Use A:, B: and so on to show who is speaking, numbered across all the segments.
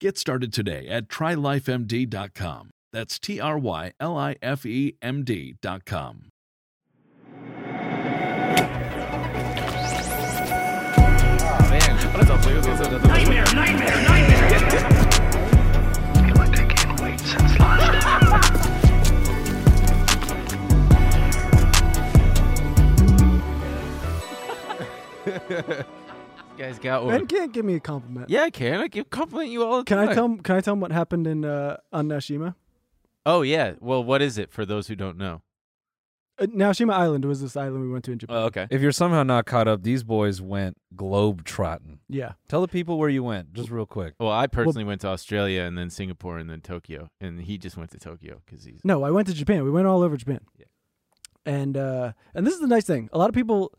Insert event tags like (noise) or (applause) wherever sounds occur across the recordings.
A: Get started today at trylifemd.com. That's T R Y L I F E M D.com.
B: Nightmare, nightmare, nightmare.
C: God, I can't wait since last time.
D: Guys, got
E: Ben
D: one.
E: can't give me a compliment.
D: Yeah, I can. I can compliment you all the
E: Can
D: time.
E: I tell? Can I tell him what happened in uh, on Nashima?
D: Oh yeah. Well, what is it for those who don't know?
E: Uh, Nashima Island was this island we went to in Japan.
D: Oh, okay.
F: If you're somehow not caught up, these boys went globe trotting.
E: yeah,
F: Tell the people where you went, just real quick.
D: Well, I personally went to Australia and then Singapore and then Tokyo, and he just went to Tokyo because he's
E: no, I went to Japan. We went all over Japan.
D: Yeah.
E: And uh, and this is the nice thing. A lot of people,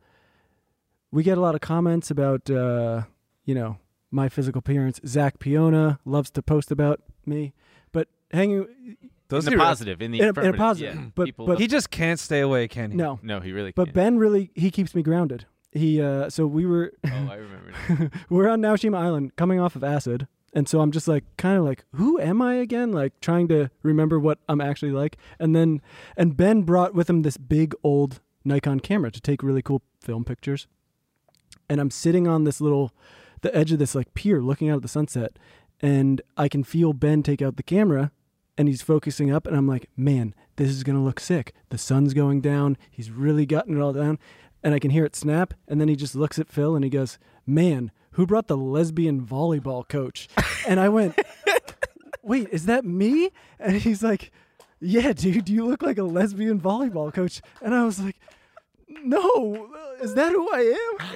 E: we get a lot of comments about uh, you know my physical appearance. Zach Piona loves to post about me, but hanging
D: in
F: Does
D: the
F: he?
D: positive. In the
E: in a- in a
D: affirmative,
E: positive,
D: yeah.
E: but-
D: People
E: but-
F: He just can't stay away, can he?
E: no.
D: no, he really.
E: But
D: can't.
E: Ben really he keeps me grounded. He uh, so we were
D: Oh, I remember. now.
E: we're on Naoshima Island, coming off of acid, and so I'm just like, kind of like, who am I again? Like trying to remember what I'm actually like, and then, and Ben brought with him this big old Nikon camera to take really cool film pictures, and I'm sitting on this little, the edge of this like pier, looking out at the sunset, and I can feel Ben take out the camera, and he's focusing up, and I'm like, man, this is gonna look sick. The sun's going down. He's really gotten it all down, and I can hear it snap, and then he just looks at Phil and he goes, man, who brought the lesbian volleyball coach? And I
D: (laughs)
E: went, wait, is that me? And he's like, yeah, dude, you look like a lesbian volleyball coach. And I was like, no, is that who I am?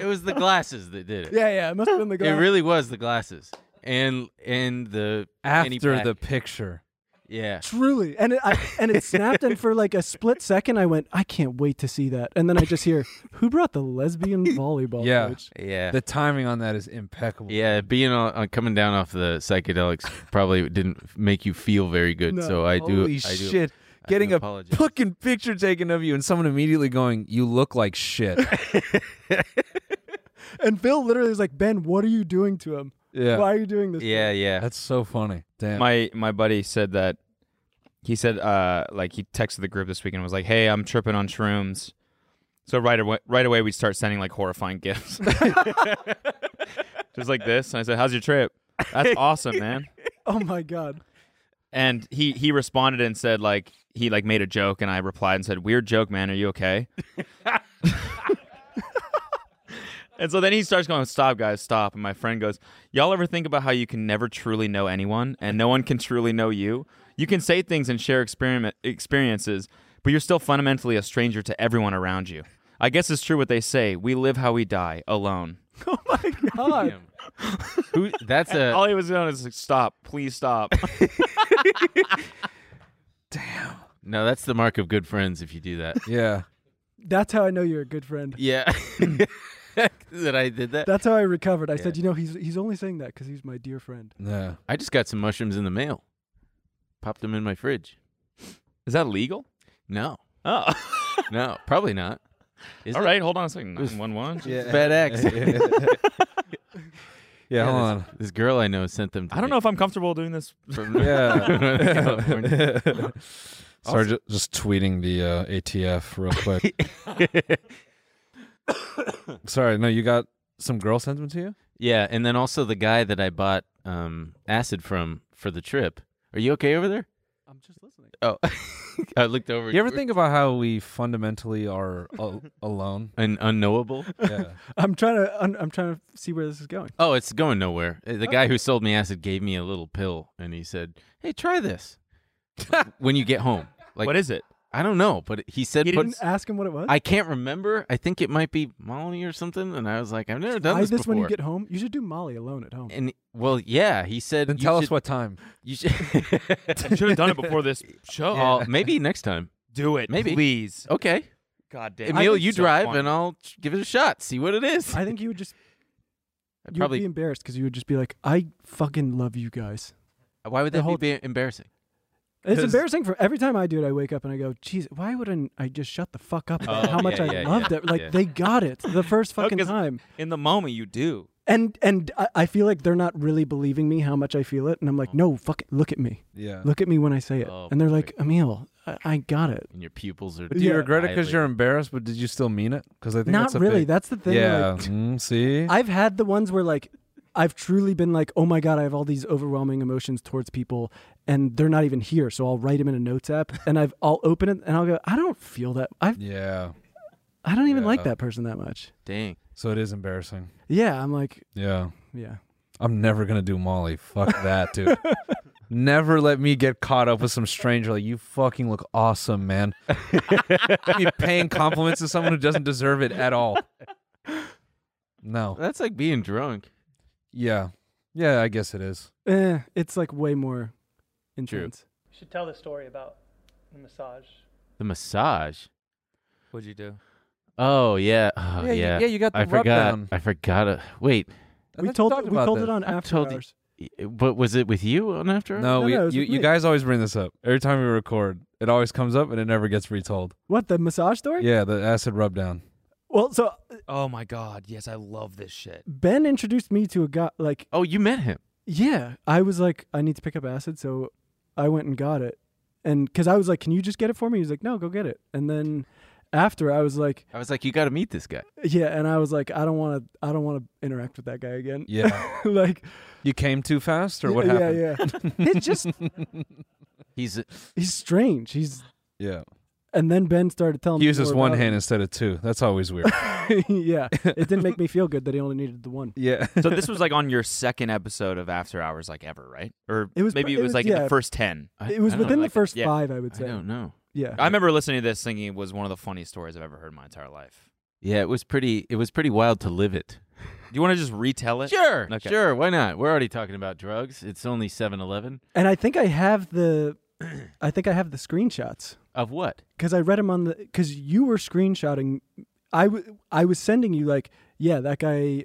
D: (laughs) it was the glasses that did it.
E: Yeah, yeah, it must have been the guy.
D: It really was the glasses and and the any
F: After the
D: pack.
F: picture.
D: yeah.
E: Truly, and it I, and it snapped, and for like a split second, I went, I can't wait to see that. And then I just hear, who brought the
D: (laughs)
E: lesbian volleyball
F: Yeah.
E: coach?
D: Yeah.
F: The timing on that is impeccable.
D: yeah, being on, on coming down off the psychedelics probably didn't make you feel very good.
E: No.
D: So I do.
F: Holy
D: I do- I
F: shit.
D: do
F: Getting a
D: apologize.
F: fucking picture taken of you and someone immediately going, You look
D: (laughs)
F: like shit.
E: And Phil literally was like, Ben, what are you doing to him?
F: Yeah.
E: Why are you doing this?
B: Yeah, yeah.
F: That's so funny. Damn.
B: My my buddy said that he said uh like he texted the group this weekend and was like, "Hey, I'm tripping on shrooms." So right away, right away we start sending like horrifying gifts, (laughs) just like this. And I said, "How's your trip?"
F: (laughs)
B: That's awesome, man.
E: Oh
D: (laughs)
E: my god.
B: And he he responded and said like he like made a joke, and I replied and said, "Weird joke, man. Are you (laughs) okay?" and so then he starts going, "Stop, guys, stop!" And my friend goes, "Y'all ever think about how you can never truly know anyone, and no one can truly know you? You can say things and share experiment experiences, but you're still fundamentally a stranger to everyone around you. I guess it's true what they say: we live how we die, alone."
E: Oh my god.
D: Who, that's a
B: All he was doing is like, "Stop, please stop."
D: no. That's the mark of good friends if you do that.
F: yeah.
E: That's how I know you're a good friend.
D: Yeah. (laughs) that I did that.
E: That's how I recovered. I said, you know, he's he's only saying that because he's my dear friend.
F: Yeah.
D: I just got some mushrooms in the mail. Popped them in my fridge.
B: Is that legal?
D: No.
B: (laughs) Oh,
D: No, probably not. Is
B: all
D: it?
B: right. Hold on a second. Nine one one.
D: FedEx.
F: (laughs)
D: (laughs)
F: Yeah, hold on.
D: This girl I know sent them to
B: I don't know if I'm comfortable doing this.
D: (laughs) From
F: (laughs)
D: California. (laughs)
F: Yeah. Sorry, ju- just tweeting the uh, ATF real quick. Sorry, no, you got some girl sent them to you?
D: Yeah, and then also the guy that I bought um, acid from for the trip. Are you okay over there?
E: I'm just listening.
D: Oh, I looked over.
F: You ever think about how we fundamentally are al- alone?
D: an unknowable?
F: Yeah.
E: I'm trying to I'm, I'm trying to see where this is going.
D: Oh, it's going nowhere. Uh, The guy who sold me acid gave me a little pill, and he said, "Hey, try this when you get home." Like,
B: what is it?
D: I don't know, but he said,
B: He
D: "Put-
E: Didn't ask him what it was.
D: I can't remember. I think it might be Molly or something." And I was like, "I've never done
E: Buy
D: this,
E: this
D: before."
E: when you get home. You should do Molly alone at home.
D: and well, yeah, he said,
F: (laughs) Then
D: "You
F: tell us
D: should-
F: what time.
D: you should."
B: You should have done it before
D: (laughs)
B: this show.
D: Oh, maybe next time.
B: do it,
D: maybe.
B: please.
D: Okay,
B: God damn.
D: Emil,
B: It's
D: you
B: so
D: drive,
B: fun.
D: and I'll tr- give it a shot. See what it is.
E: I think you would just
D: (laughs) I
E: you would
D: probably.
E: be embarrassed because you would just be like, I fucking love you guys.
D: why would
E: the
D: that
E: whole-
D: be embarrassing?
E: It's
F: 'Cause-
E: embarrassing for every time I do it. I wake up and I go, "Jeez, why wouldn't I just shut the fuck up about
D: Oh,
E: how much
D: yeah,
E: I
D: yeah,
E: loved
D: yeah,
E: it? Like
D: yeah.
E: they got it the
F: (laughs)
E: first
F: Oh,
E: fucking
B: 'cause-
E: time."
B: In the moment, you do.
E: And and I, I feel like they're not really believing me how much I feel it. And I'm like, "No, fuck it. Look at me.
F: Yeah.
E: Look at me when I say it."
D: Oh,
E: and they're
D: perfect.
E: like, "Emil, I, I got it."
D: And your pupils are.
F: Do you
E: Yeah.
F: regret it because you're
D: dilated.
F: embarrassed, but did you still mean it? Because I think
E: Not
F: that's a
E: really.
F: big-
E: That's the thing.
F: yeah.
E: like,
F: Mm, see.
E: (laughs) I've had the ones where like I've truly been like, oh my god, I have all these overwhelming emotions towards people, and they're not even here. So I'll write them in a notes app, and I've I'll open it, and I'll go, I don't feel that. I
F: yeah.
E: I don't even like
F: Yeah.
E: that person that much.
D: Dang.
F: So it is embarrassing.
E: Yeah, I'm like,
F: Yeah.
E: yeah.
F: I'm never gonna do Molly. Fuck
E: (laughs)
F: that, dude. never let me get caught up with some stranger. Like you fucking look awesome, man. me paying compliments to someone who doesn't deserve it at all. No.
D: That's like being drunk.
F: Yeah. Yeah, I guess it is.
E: Eh, it's like way more intense.
G: should tell the story about the massage.
D: The massage.
B: What'd you do?
D: Oh yeah. Oh yeah.
F: you- yeah, you got the
D: I
F: rub
D: forgot.
F: down.
D: I forgot. uh, wait,
F: I
E: We
F: thought
E: told
F: talked
E: we
F: about
E: told
F: this.
E: it on
D: I
E: after
D: told you-
E: hours.
D: y- but was it with you on after? Hours?
F: No,
E: No,
F: we,
E: no, it was
F: you,
E: with
F: you
E: me.
F: guys always bring this up. Every time we record, it always comes up and it never gets retold.
E: What the massage story?
F: Yeah, the acid rub down.
E: Well, so
B: Oh my God. Yes, I love this shit.
E: Ben introduced me to a guy. Like,
D: Oh, you met him.
E: yeah, I was like, I need to pick up acid, so I went and got it, and because I was like, can you just get it for me? He was like, no, go get it, and then. After I was like,
D: I was like, you got to meet this guy.
E: Yeah, and I was like, I don't want to, I don't want to interact with that guy again.
F: Yeah.
E: (laughs) like,
F: you came too fast or what
E: yeah,
F: happened?
E: yeah, yeah. it's just
D: He's a-
E: he's strange. He's
F: Yeah.
E: and then Ben started telling
F: He
E: me
F: uses
E: more
F: one
E: about
F: hand instead of two. That's
E: (laughs)
F: always weird.
E: him. yeah, it didn't make me feel good that he only needed the one.
F: yeah.
B: So this was like on your second episode of After Hours, like ever, right? Or
E: It was
B: maybe
E: pr-
B: it
E: it
B: was,
E: was-
B: like in
E: yeah.
B: the first ten.
D: I-
E: It was
D: I don't
E: within
D: know.
E: the first
B: yeah.
E: five, I would
D: I
E: say.
D: don't know.
E: Yeah,
B: I remember listening to this thinking it was one of the funniest stories I've ever heard in my entire life.
D: Yeah, it was pretty. It was pretty wild to live it.
B: Do you want to just retell it?
D: Sure,
B: Okay.
D: sure. Why not? We're already talking about drugs. It's only 7-Eleven.
E: and I think I have the, (clears throat) I think I have the screenshots
D: Of what?
E: because I read him on the because you were screenshotting. I w- I was sending you like, yeah, that guy,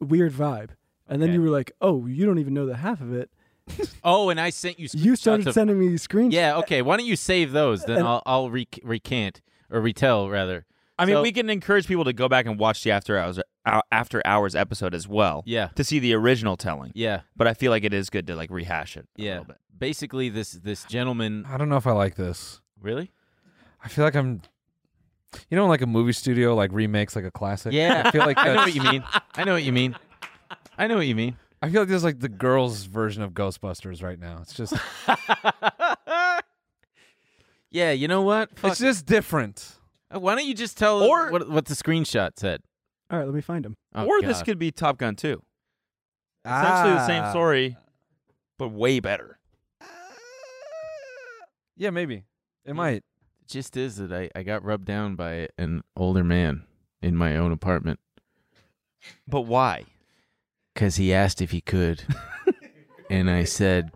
E: weird vibe, and then
D: Okay.
E: you were like, oh, you don't even know the half of it.
D: Oh, and I sent you.
E: You
D: screenshots
E: started
D: of-
E: sending me screenshots.
D: Yeah. Okay. Why don't you save those? Then
E: And-
D: I'll I'll rec- recant or retell rather.
B: I mean,
D: So-
B: we can encourage people to go back and watch the After Hours ou- After Hours episode as well
D: Yeah.
B: to see the original telling.
D: Yeah.
B: But I feel like it is good to like rehash it. A
D: Yeah.
B: little bit.
D: Basically, this
B: (laughs)
D: this gentleman.
F: I don't know if I like this.
D: Really?
F: I feel like I'm. You know, like a movie studio, like remakes like a classic.
D: Yeah.
F: I feel
D: (laughs)
F: like
D: I know what
F: that's-
D: you mean. I know what you mean. I know what you mean.
F: I feel like this is like the girls' version of Ghostbusters right now. It's
D: (laughs)
F: just,
D: yeah, you know what? Fuck.
F: it's just different.
D: Uh, Why don't you just tell
B: Or-
D: what, what the screenshot said?
E: All right, let me find him.
D: Oh,
B: or this
D: God.
B: could be Top Gun 2. Essentially the same
F: Ah.
B: story, but way better.
F: Yeah, maybe it might.
D: just is that I, I got rubbed down by an older man in my own apartment
B: But why?
D: because he asked if he
B: (laughs)
D: could, and I said,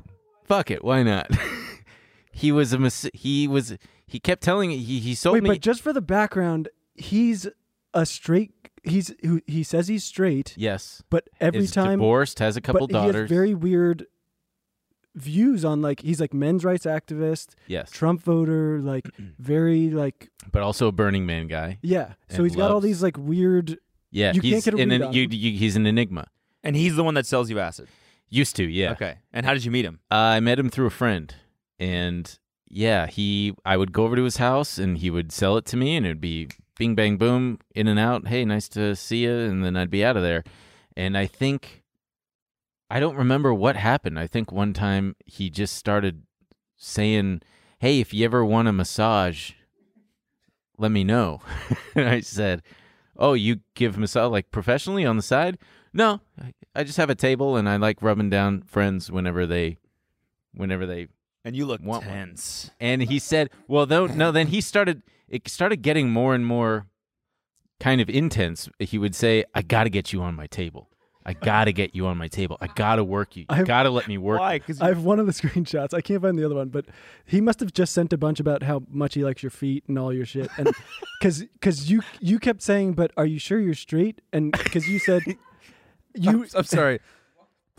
D: "Fuck it, why not?" (laughs) he was a mis- he was he kept telling he he sold
E: Wait,
D: me.
E: but just for the background, he's a straight. He's who he says he's straight,
D: yes,
E: but every
D: is
E: time,
D: divorced, has a couple
E: but he
D: daughters.
E: has very weird views on like he's like men's rights activist,
D: yes,
E: Trump voter,
D: (clears throat)
E: like very like
D: but also a Burning Man guy.
E: yeah. So
D: And
E: he's got all
D: loves-
E: these like weird.
D: Yeah,
E: You can't
D: he's
E: get a
D: an,
E: read
D: an-
E: on
D: you,
E: him.
D: you, he's an enigma.
B: And he's the one that sells you acid.
D: Used to, yeah.
B: Okay. And how did you meet him?
D: Uh, I met him through a friend, and yeah, he. I would go over to his house, and he would sell it to me, and it'd be bing bang boom, in and out. Hey, nice to see you, and then I'd be out of there. And I think I don't remember what happened. I think one time he just started saying, hey, if you ever want a massage, let me know. (laughs) and I said, oh, you give massage like professionally on the side? No, I- I just have a table and I like rubbing down friends whenever they, whenever they
B: And you look
D: Want one.
B: tense.
D: and he said, "Well, though, no." Then he started. It started getting more and more kind of intense. He would say, "I got to get you on my table. I got to get you on my table. I got to work you. You
E: I've-
D: got to let me work."
B: Why?
D: you."
B: Because
E: I (laughs) have one of the screenshots. I can't find the other one, but he must have just sent a bunch about how much he likes your feet and all your shit.
D: (laughs)
E: And because you you kept saying, "But are you sure you're straight?" And because
D: (laughs)
E: you said you
F: I'm, (laughs) I'm sorry.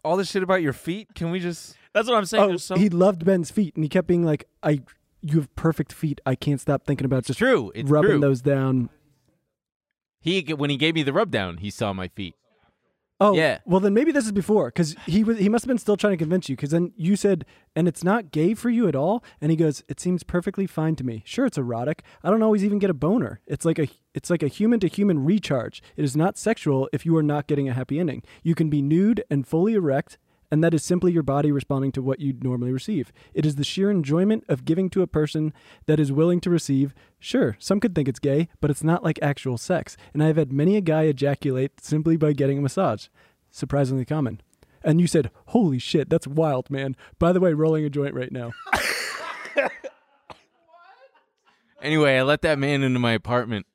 F: All this shit about your feet. Can we just?
B: that's what I'm saying.
E: oh
B: There's some-
E: he loved Ben's feet, and he kept being like, "I you have perfect feet. I can't stop thinking about
D: It's
E: just
D: true. It's
E: rubbing
D: true.
E: those down."
D: He when he gave me the rub down, he saw my feet.
E: Oh
D: Yeah.
E: Well, then maybe this is before because he was he must have been still trying to convince you because then you said, "And it's not gay for you at all." And he goes, "It seems perfectly fine to me. Sure, it's erotic. I don't always even get a boner. It's like a it's like a human to human recharge. It is not sexual if you are not getting a happy ending. You can be nude and fully erect." And that is simply your body responding to what you normally receive. It is the sheer enjoyment of giving to a person that is willing to receive. Sure, some could think it's gay, but it's not like actual sex. And I have had many a guy ejaculate simply by getting a massage surprisingly common. And you said, "Holy shit, that's wild, man!" By the way, rolling a joint right (laughs) now.
D: Anyway, I let that man into my apartment,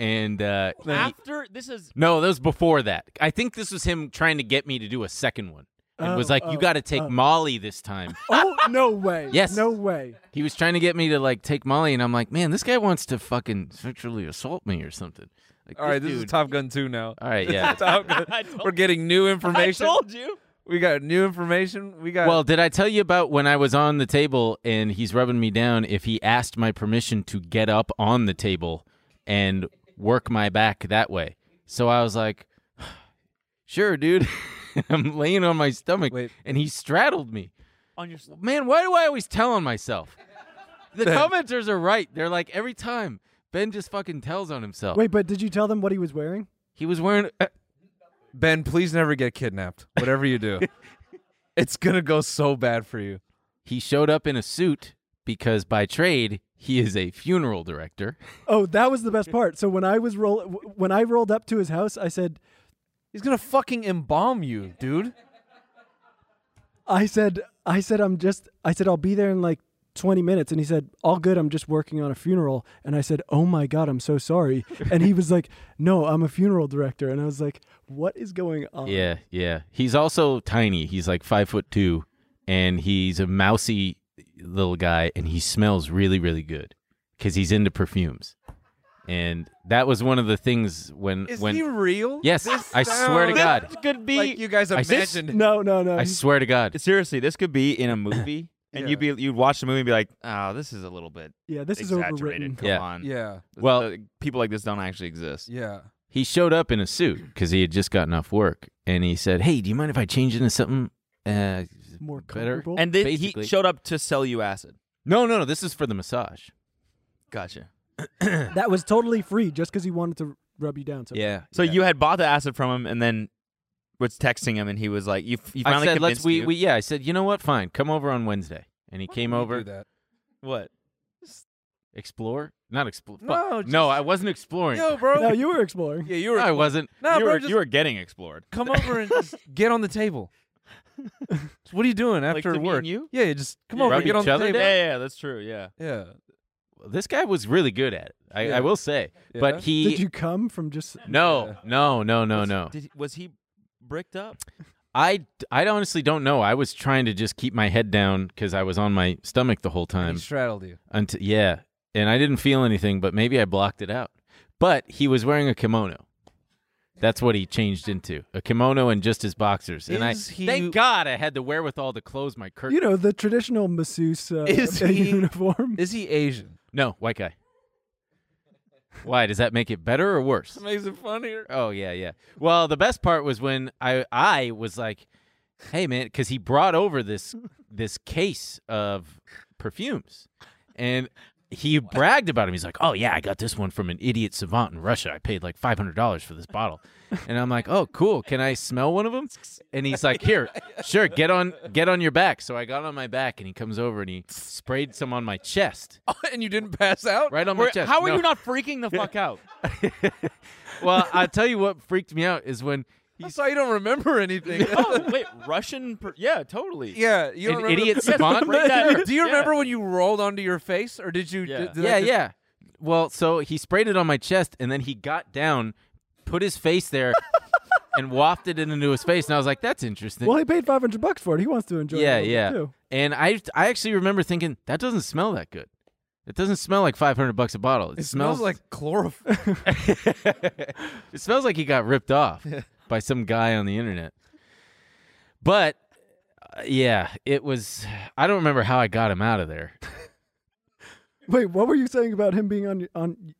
D: and uh, he-
B: after this is
D: no, that was before that. I think this was him trying to get me to do a second one. And was
E: Oh,
D: like, "You
E: oh,
D: got to take
E: oh.
D: Molly this time."
E: oh no way!
D: Yes.
E: no way.
D: He was trying to get me to like take Molly, and I'm like, man, this guy wants to fucking sexually assault me or something. Like,
F: All right, this
D: dude.
F: is Top Gun 2 now.
D: All right, yeah.
F: (laughs)
D: (laughs)
F: Top Gun.
B: I told-
F: We're getting new
B: I
F: information.
B: told you.
F: We got new information. We got
D: well, did I tell you about when I was on the table and he's rubbing me down? If he asked my permission to get up on the table and work my back that way, so I was like, (sighs) sure, dude. (laughs) I'm laying on my stomach,
F: Wait.
D: and he straddled me.
B: On your
D: Man, why do I always tell on
F: (laughs)
D: myself? The commenters are right. They're like every time Ben just fucking tells on himself.
E: Wait, but did you tell them what he was wearing?
D: He was wearing. Uh,
F: Ben. Please never get kidnapped. Whatever
D: (laughs)
F: you do, it's gonna go so bad for you.
D: he showed up in a suit because by trade he is a funeral director.
E: Oh, that was the best part. So when I was roll w- when I rolled up to his house, I said,
F: He's gonna fucking embalm you, dude.
E: "I said, I said, I'm just, I said, I'll be there in like." 20 minutes and he said all good i'm just working on a funeral and i said oh my god i'm so (laughs) sorry and he was like no i'm a funeral director and i was like what is going on
D: Yeah, yeah. He's also tiny. He's like five foot two, and he's a mousy little guy, and he smells really, really good because he's into perfumes. And that was one of the things when
F: Is
D: when
F: he real?
D: yes,
F: This
D: I swear to
F: sounds
D: God,
B: could be
F: Like you guys
D: I just-
F: imagined.
E: no no no
D: I
E: he's-
D: swear to God,
B: seriously. This could be in a movie, and
F: Yeah.
B: you'd be you'd watch the movie and be like, oh, this is a little bit
E: yeah this is
B: exaggerated.
E: overwritten
B: Come
D: Yeah.
B: on.
F: Yeah.
D: Well-
B: Uh, people like this don't actually exist.
F: Yeah.
D: he showed up in a suit because he had just gotten off work, and he said, "Hey, do you mind if I change into something uh,
E: more
D: better?"
E: comfortable
B: And then
D: Basically.
B: he showed up to sell you acid.
D: No, no, no. This is for the massage.
B: Gotcha.
E: That was totally free just because he wanted to rub you down. So
D: Yeah.
B: So you had bought the acid from him, and then was texting him, and he was like, "You, f- you
D: I
B: finally
D: said, let's
B: convinced
D: we,
B: you."
D: we yeah. I said, you know what? Fine, come over on Wednesday, and he came over.
F: That.
B: what?
D: Explore? Not explore.
F: No, just-
D: no, I wasn't exploring.
F: Yo, bro.
E: No, Oh, you were exploring.
F: yeah, you were.
D: I wasn't.
F: No,
B: you,
F: bro.
B: were,
F: just
B: you were getting explored.
F: come over and just get on the table. So what are you doing
B: Like
F: after
B: to me
F: work?
B: and you?
F: Yeah, just come
B: You
F: over,
B: rub
F: get on
B: each
F: the
B: other
F: table.
B: down? Yeah, yeah, that's true. Yeah.
F: Yeah.
D: This guy was really good at it. I,
F: Yeah.
D: I will say,
F: Yeah.
D: but he
E: Did you come from just?
D: no,
F: Yeah.
D: no, no, no,
B: was,
D: no.
B: Did, he- was he bricked up?
D: I I honestly don't know. I was trying to just keep my head down because I was on my stomach the whole
F: And
D: time.
F: he straddled you.
D: Until yeah, and I didn't feel anything, but maybe I blocked it out. But he was wearing a kimono. That's what he changed into a kimono and just his boxers. And I
F: Is he-
D: thank God I had the wherewithal to close my curtain.
E: You know the traditional masseuse uh, (laughs)
F: (laughs) Is he-
E: uniform.
F: Is he Asian?
D: No, white guy. Why does that make it better or worse?
F: Makes it (laughs) funnier.
D: Oh yeah, yeah. Well, the best part was when I I was like, "Hey man," because he brought over this this case of perfumes, and he bragged about him. He's like, "Oh yeah, I got this one from an idiot savant in Russia. I paid like five hundred dollars for this bottle." And I'm like, "Oh, cool. Can I smell one of them?" And he's like, "Here, sure. Get on, get on your back." So I got on my back, and he comes over and he sprayed some on my chest,
F: Oh, and you didn't pass out
D: right on my
B: Were-
D: chest.
B: how are
D: No.
B: you not freaking the fuck out?
D: (laughs) Well, I tell you what freaked me out is when
F: That's why you don't remember anything.
B: oh, wait, Russian? Per- yeah, totally.
F: Yeah, you
D: An
F: don't remember. (laughs)
D: idiot
F: Yeah,
D: savant? (laughs)
F: break that. (laughs) Do you
B: Yeah.
F: remember when you rolled onto your face, or did you?
B: Yeah.
F: did- did
D: yeah,
F: that just-
D: yeah. Well, so he sprayed it on my chest, and then he got down, put his face
F: (laughs)
D: there, and wafted it into his face. And I was like, "That's interesting."
E: Well, he paid 500 bucks for it. He wants to enjoy
D: yeah,
E: it. a little
D: yeah.
E: bit, too.
D: And I, I actually remember thinking that doesn't smell that good. It doesn't smell like five hundred bucks a bottle. It,
F: It smells like chlorophyll.
D: (laughs) it smells like he got ripped off by some guy on the internet. But uh, yeah, it was. I don't remember how I got him out of there.
E: Wait, what were you saying about him being on on?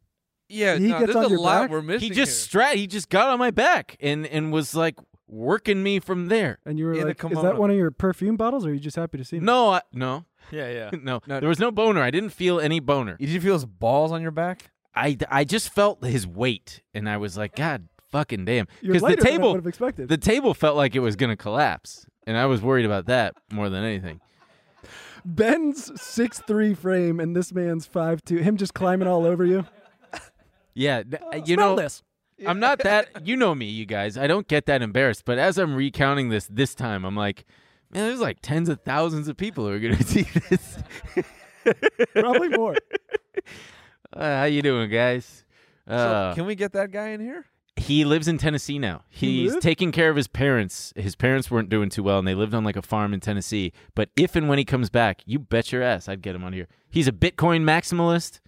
F: yeah,
E: He
F: no,
E: gets
F: there's
E: on
F: a
E: your
F: lot
E: back?
F: we're missing.
D: He just stra- he just got on my back and and was like working me from there.
E: And you were
F: In a
E: like, is that
F: kimono.
E: one of your perfume bottles? Or are you just happy to see me?
D: No, I, no,
B: Yeah, yeah.
D: (laughs) no,
F: No.
D: There was no boner. I didn't feel any boner.
F: Here. Did you feel his balls on your back?
D: I, I just felt his weight, and I was like, God fucking damn,
E: You're
D: because the
E: lighter than I
D: table
E: would've expected.
D: the table felt like it was gonna collapse, and I was worried about that more than anything.
E: Ben's six three frame and this man's five two. Him just climbing all
D: (laughs)
E: over you.
D: Yeah, th- you know, I'm not that. You know me, you guys. I don't get that embarrassed, but as I'm recounting this this time, I'm like, man, there's like tens of thousands of people who are gonna (laughs) see this.
E: Probably more.
D: Uh, how you doing, guys? Uh,
F: so can we get that guy in here?
D: he lives in Tennessee now.
E: He
D: He's
E: lives?
D: taking care of his parents. His parents weren't doing too well, and they lived on like a farm in Tennessee. But if and when he comes back, you bet your ass I'd get him on here. He's a Bitcoin maximalist.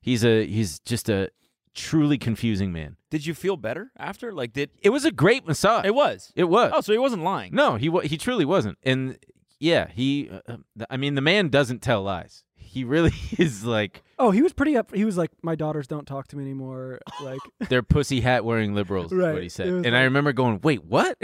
D: He's a he's just a truly confusing man.
B: Did you feel better after? Like, did
D: It was a great massage.
B: it was?
D: It was.
B: Oh, so he wasn't lying.
D: Uh, No, he wa- he truly wasn't. And yeah, he. Uh, uh, I mean, the man doesn't tell lies. He really (laughs) is like
E: Oh, he was pretty up. He was like, my daughters don't talk to me anymore. Like,
D: they're pussy hat wearing liberals. Is what
E: Right.
D: he said.
E: It was
D: And I
E: like-
D: remember going, wait, what?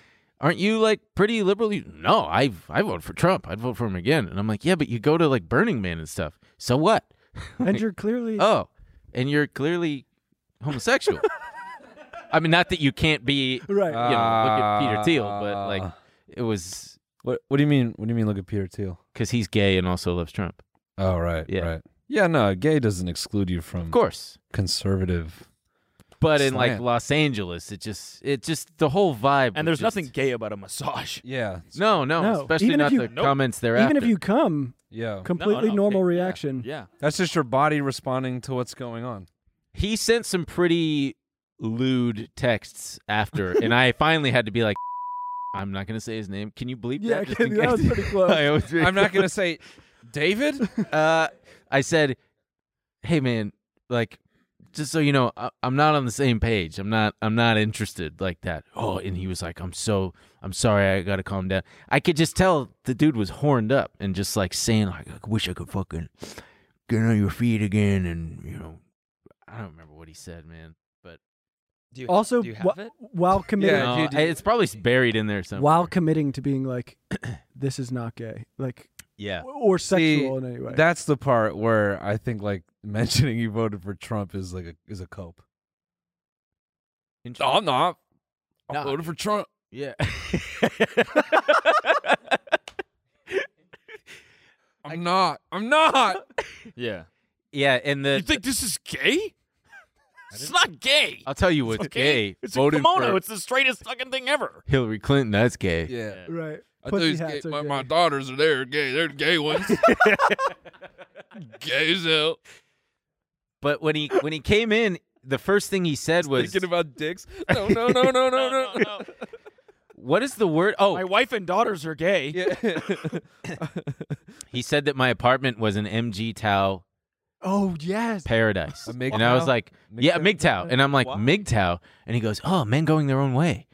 D: (laughs) Aren't you like pretty liberal? You, no, I I vote for Trump. I'd vote for him again. And I'm like, yeah, but you go to like Burning Man and stuff. So what? (laughs)
E: and you're clearly.
D: Oh, and you're clearly
E: (laughs)
D: homosexual. I mean, not that you can't be.
E: Right.
D: You know, look at Peter Thiel, but
F: Uh,
D: like it was
F: what? What do you mean? What do you mean? Look at Peter Thiel.
D: because he's gay and also loves Trump.
F: Oh, right,
D: Yeah.
F: right. Yeah, no, gay doesn't exclude you from
D: Of course.
F: conservative.
D: But in like
F: Slant.
D: Los Angeles, it just it just the whole vibe.
B: And
D: was
B: there's
D: just-
B: nothing gay about a massage.
F: Yeah,
D: (laughs) No, no,
E: No.
D: especially
E: Even if
D: not
E: you-
D: the
E: Nope.
D: comments thereafter.
E: Even if you come,
F: yeah.
E: completely
B: no,
E: normal
B: yeah.
E: reaction.
B: Yeah.
F: That's just your body responding to what's going (laughs) on.
D: he sent some pretty lewd texts after, and I finally had to be like, (laughs) "I'm not gonna say his name. Can you believe
E: (laughs) Yeah,
D: that?"
B: (laughs)
D: just
E: okay,
D: in
E: that was
D: case?"
E: pretty
D: (laughs)
E: close.
D: I always-
F: I'm not gonna say David.
D: Uh, I said, "Hey, man, like, just so you know, I- I'm not on the same page. I'm not. I'm not interested like that." Oh, and he was like, "I'm so. I'm sorry. I gotta calm down." I could just tell the dude was horned up and just like saying, "Like, I wish I could fucking get on your feet again," and you know, I don't remember what he said, man.
B: Do you
E: Also,
B: do you have
E: wh-
B: it?
E: while committing,
F: Yeah,
D: No,
F: dude,
D: I- it's probably buried in there somewhere.
E: while committing to being like, (clears throat) this is not gay, like,
D: Yeah.
E: or
F: See,
E: sexual in any way.
F: (laughs) That's the part where I think like mentioning you voted for Trump is like a is a cope. I'm not. I
D: Nah.
F: voted for Trump.
D: Yeah.
F: I'm not. I'm not.
B: Yeah.
D: yeah, and the
B: this is gay? It's not gay.
D: I'll tell you what's gay.
B: It's a
D: voting
B: kimono.
D: for
B: It's the straightest fucking thing ever.
D: Hillary Clinton, that's gay.
F: yeah.
E: right.
F: I
E: Pussy
F: think
E: hats are
F: my,
B: (laughs)
E: gay.
F: my daughters are there gay. They're
E: (laughs)
F: gay ones. gay as hell.
D: But when he when he came in, the first thing he
F: (laughs)
D: said was
F: Thinking about dicks. No, no, no, no, no, no. no.
D: what is the word? Oh,
B: My wife and daughters are gay.
F: Yeah.
D: he said that my apartment was an MG Tau
E: Oh yes.
D: paradise.
F: A MGTOW?
D: and I was like, yeah, MGTOW. And I'm like,
B: Wow.
D: MGTOW. And he goes, "Oh, men going their own way."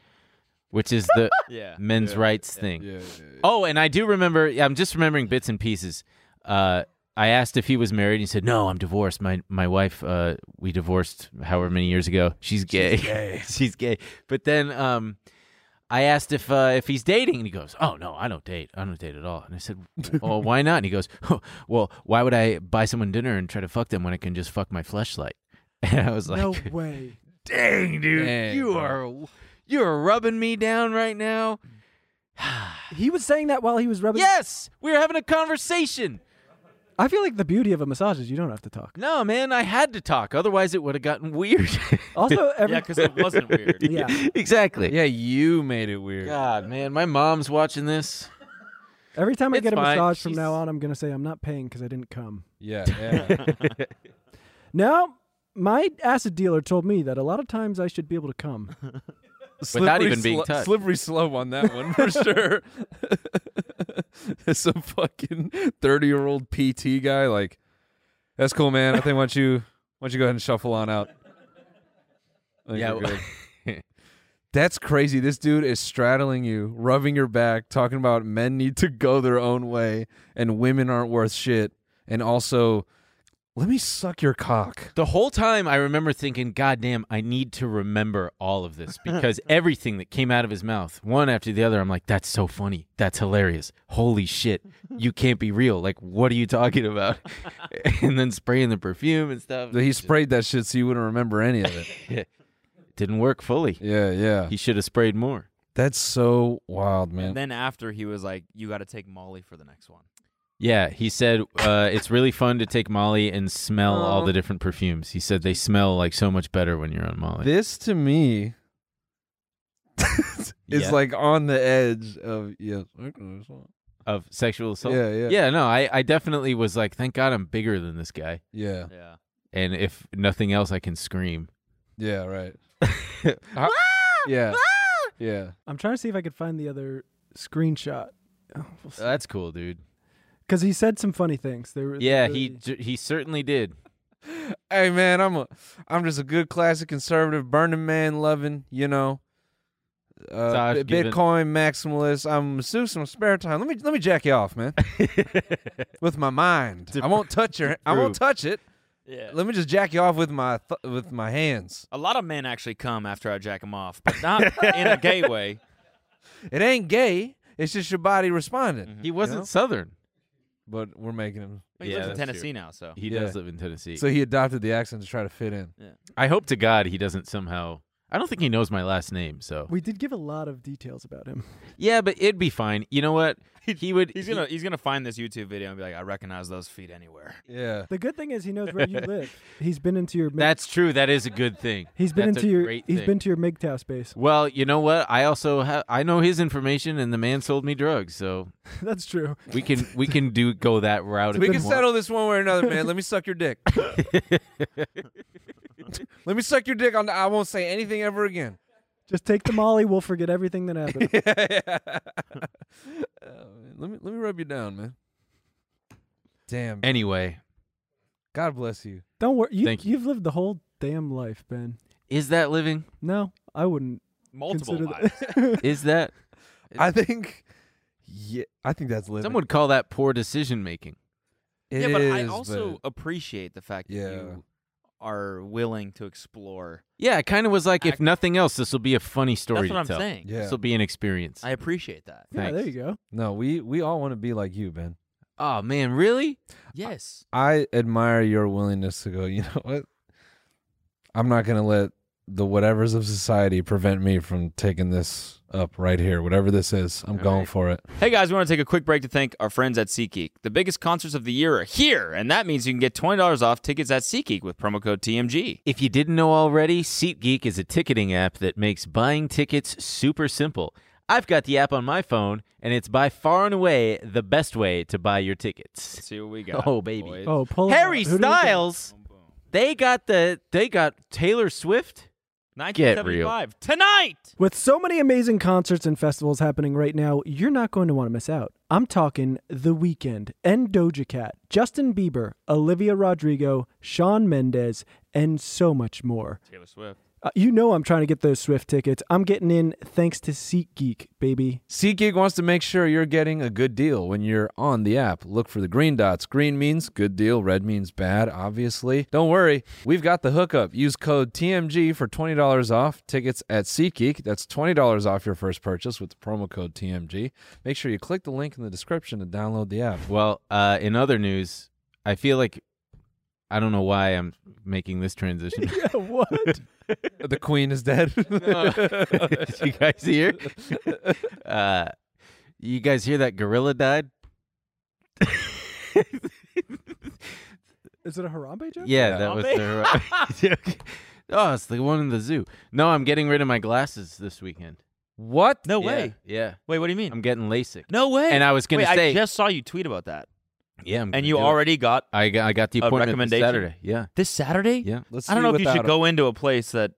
D: Which is
F: (laughs)
D: the
B: Yeah.
D: men's rights thing.
F: yeah, yeah,
D: Oh, and I do remember. I'm just remembering bits and pieces. Uh, I asked if he was married. And he said, "No, I'm divorced. My my wife, uh, we (laughs) divorced however many years ago. She's gay. She's gay. But then um, I asked if uh, if he's dating, and he goes, "Oh no, I don't date. I don't date at all." And I
E: (laughs)
D: said, "Well, why not?" And he goes, (laughs) "Oh, "Well, why would I buy someone dinner and try to fuck them when I can just fuck my fleshlight?" (laughs) And I was like,
E: No
B: (laughs)
E: way.
D: "Dang, dude, (laughs)
F: Dang,
D: you
F: bro.
D: are you are rubbing me down right now."
E: He was saying that while he was rubbing.
D: Yes, we were having a conversation.
E: I feel like the beauty of a massage is you don't have to
B: (laughs)
E: talk.
D: No, man, I had to talk, otherwise it would have gotten weird.
E: Also, every
B: Yeah, because it wasn't
D: (laughs)
B: weird.
E: yeah.
D: exactly.
F: Yeah, you made it weird.
D: God, man, my mom's watching this.
E: Every time I
D: It's
E: get a
D: fine.
E: massage from
D: She's-
E: now on, I'm gonna say I'm not paying because I didn't come.
F: Yeah, yeah.
E: Now, my acid dealer told me that a lot of times I should be able to come.
B: (laughs)
D: Without even being touched.
F: Slippery slope on that one (laughs) for sure. Some fucking thirty-year-old PT guy, like, that's cool, man. I think why don't you why don't you go ahead and shuffle on out. I think
D: Yeah,
F: we're
D: well-
F: good. (laughs) That's crazy. This dude is straddling you, rubbing your back, talking about men need to go their own way and women aren't worth shit. And also, let me suck your cock.
D: (laughs) The whole time I remember thinking, God damn, I need to remember all
B: (laughs)
D: of this because everything that came out of his mouth, one after the other, I'm like, that's so funny. That's hilarious. Holy shit. You can't be real. Like, what are you talking about? (laughs) and then spraying the perfume and stuff. (laughs)
F: He sprayed that shit so you wouldn't remember any of it.
D: Didn't work fully.
F: Yeah, yeah.
D: He should have sprayed more.
F: That's so wild, man.
B: And then after he was like, "You got to take Molly for the next one."
D: Yeah, he said uh, it's really fun to take Molly and smell all
F: Aw.
D: the different perfumes. He said they smell like so much better when you're on Molly.
F: this to me is
D: Yeah.
F: like on the edge of oh, yes. okay, so-
D: of sexual assault.
F: Yeah, yeah.
D: Yeah, no, I, I definitely was like, thank God I'm bigger than this guy.
F: Yeah.
B: Yeah.
D: And if nothing else, I can scream.
F: Yeah, right. How- yeah. Yeah.
E: I'm trying to see if I could find the other screenshot. Oh, we'll see.
D: That's cool, dude.
E: Because he said some funny things. They were,
D: Yeah,
E: they-
D: he j- he certainly did.
F: Hey man, I'm a I'm just a good classic conservative, burning man loving, you know. Uh,
D: Massage
F: B-
D: giving.
F: Bitcoin maximalist. I'm a masseuse in my spare time. Let me let me jack you off, man. with my mind, I won't touch your. I won't touch it.
B: Yeah.
F: Let me just jack you off with my th- with my hands.
B: A lot of men actually come after I jack them off, but not in a gay
D: (laughs)
B: way.
F: It ain't gay. It's just your body responding.
B: Mm-hmm.
D: He wasn't
F: Yeah.
D: Southern.
F: But we're making him.
B: He
D: Yeah,
B: lives in
D: that's
B: Tennessee now, so
D: He
F: Yeah.
D: does live in Tennessee.
F: So he adopted the accent to try to fit in.
D: I hope to God he doesn't somehow. I don't think he knows my last name, so
E: We did give a lot of details about him.
D: yeah, but it'd be fine. You know
F: (laughs)
D: what? He would.
B: he's
D: he-
B: gonna he's gonna find this YouTube video and be like, "I recognize those feet anywhere."
F: Yeah.
E: The good thing is he knows
D: (laughs)
E: where you live. He's been into your. Mig-
D: That's true. That is a good thing.
E: he's been
D: That's
E: into
D: a
E: your.
D: Great
E: He's
D: thing.
E: been to your MGTOW space. (laughs)
D: Well, you know what? I also ha- I know his information, and the man sold me drugs, so
E: That's true.
D: we can we can do go that route. if
F: We
D: you
F: can
D: want.
F: settle this one way or another, man. Let me suck your (laughs) dick. Let me suck your dick on the I won't say anything ever (laughs) again.
E: Just take the Molly. We'll forget everything that
D: (laughs)
E: happened.
F: Oh, (laughs) man. let me let me rub you down, man. Damn.
D: (laughs) Anyway,
F: God bless you.
E: Don't worry. You,
D: Thank you.
E: You've lived the whole damn life, Ben.
D: is that living?
E: No, I wouldn't
B: Multiple
E: consider
B: lives.
E: that.
B: (laughs)
D: Is that
F: I think yeah, I think that's living.
D: some would call that poor decision making?
F: It
B: yeah, but I
F: is,
B: also
F: but-
B: appreciate the fact
F: Yeah.
B: that you are willing to explore.
D: Yeah, it kind of was like, if
B: I-
D: nothing else, this will be a funny story.
B: That's what I'm
D: to tell.
B: saying.
F: Yeah.
D: This will be an experience.
B: I appreciate that.
E: (laughs) yeah, there
D: Thanks.
E: you go.
F: no, we we all want to be like you, Ben.
D: oh man, really?
B: Yes.
F: I admire your willingness to go, you (laughs) know what? I'm not going to let the whatevers of society prevent me from taking this up right here. Whatever this is, I'm going for it.
B: Hey guys, we want to take a quick break to thank our friends at SeatGeek. The biggest concerts of the year are here, and that means you can get $20 off tickets at SeatGeek with promo code TMG.
D: If you didn't know already, SeatGeek is a ticketing app that makes buying tickets super simple. I've got the app on my phone, and it's by far and away the best way to buy your tickets.
B: Let's see what we got.
D: Oh, baby.
B: boys.
E: Oh, pull 'em
D: Harry
E: out. Who do we got?
D: Styles. They got the they got Taylor Swift. Get real.
B: 1975 tonight.
E: With so many amazing concerts and festivals happening right now, you're not going to want to miss out. I'm talking The Weeknd and Doja Cat, Justin Bieber, Olivia Rodrigo, Sean Mendez, and so much more.
B: Taylor Swift.
E: Uh, you know I'm trying to get those Swift tickets. I'm getting in thanks to SeatGeek, baby.
F: SeatGeek wants to make sure you're getting a good deal when you're on the app. Look for the green dots. Green means good deal, red means bad, obviously. Don't worry, we've got the hookup. Use code TMG for $20 off tickets at SeatGeek. That's $20 off your first purchase with the promo code TMG. Make sure you click the link in the description to download the app.
D: Well, uh, in other news, I feel like I don't know why I'm making this transition. (laughs)
E: Yeah, what?
F: the queen is dead. (laughs)
D: Did you guys (laughs) hear? Uh, you guys hear that gorilla (laughs) died?
E: (laughs) Is it a Harambe joke?
D: Yeah, that was (laughs) the. oh, it's the one in the zoo. No, I'm getting rid of my glasses this weekend.
F: What?
B: No
D: Yeah,
B: way.
D: Yeah,
B: Wait, what do you mean?
D: I'm getting LASIK.
B: no way.
D: And I was gonna
B: Wait,
D: say-
B: I just saw you tweet about that,
D: Yeah, I'm
B: and
D: gonna
B: you
D: do it.
B: already got
D: I got I got the
B: a
D: appointment this
B: recommendation?
D: Saturday. Yeah,
B: this Saturday.
D: yeah.
F: Let's
B: I don't
F: see
B: know if you should
F: without 'em.
B: go into a place that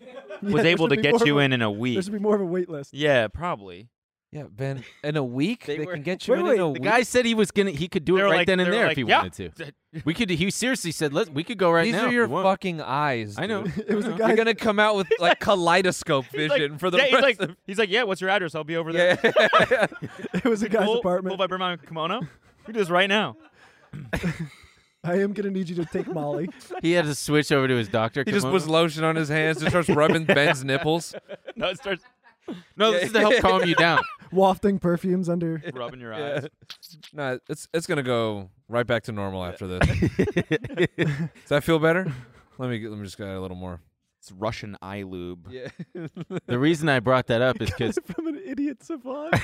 E: Yeah,
B: was
E: there
B: able to
E: should be
B: get
E: more
B: you
E: of a-
B: in in a week.
E: There should be more of a wait list.
B: Yeah, probably.
F: Yeah, Ben, in a week,
D: They
F: they,
D: were-
F: can get you
E: Wait,
F: in,
E: wait,
F: in a
D: The
F: week.
D: guy said he was gonna he could do it
B: They were
D: right
B: like-
D: then and
B: they were
D: there if
B: like,
D: he
B: "Yeah."
D: wanted to. We could. He seriously said, "Let we could go right
F: These
D: now."
F: are
D: if
F: your
D: you want."
F: fucking eyes.
D: I know. (laughs)
F: dude.
E: It was a
F: You're
E: guy.
F: gonna come out with like kaleidoscope
B: (laughs) He's
F: vision
B: like,
F: for the
B: yeah,
F: rest
B: he's like,
F: of (laughs)
B: he's like, yeah. What's your address? I'll be over there.
F: yeah. (laughs)
E: it was a guy's
B: Pull-
E: apartment.
B: Pull by Burma kimono. We do this right now.
E: I am gonna need you to take Molly.
D: He had to switch over to
B: (laughs)
D: his doctor.
F: he just
D: kimono.
F: puts lotion on his hands, just starts rubbing Ben's nipples.
B: No, it starts
D: no. This is
B: (laughs)
D: to help calm you down.
E: wafting perfumes under.
B: rubbing your
F: Yeah.
B: eyes.
F: Nah, it's it's gonna go right back to normal after this. Does that feel better? Let me let me just get a little more.
B: It's Russian eye lube.
F: Yeah.
D: The reason I brought that up is because
E: (laughs) From an idiot savant.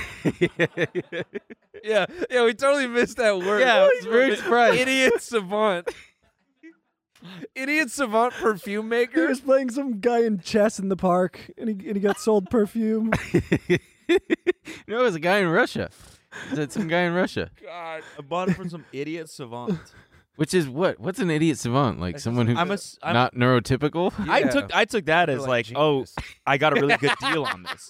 F: yeah. Yeah. We totally missed that word.
D: Yeah, I was very surprised.
F: Idiot savant. Idiot savant perfume
E: he
F: maker.
E: was playing some guy in chess in the park, and he, and he got sold perfume.
D: no, it was a guy in Russia. Is that some guy in Russia?
F: God.
B: I bought it from some idiot savant.
D: Which is what? What's an idiot savant? Like someone who's
B: I'm a s- I'm-
D: not neurotypical?
B: I
F: Yeah.
B: took I took that
F: You're
B: as
F: like
B: like, oh,
F: (laughs) genius.
B: I got a really good deal on this.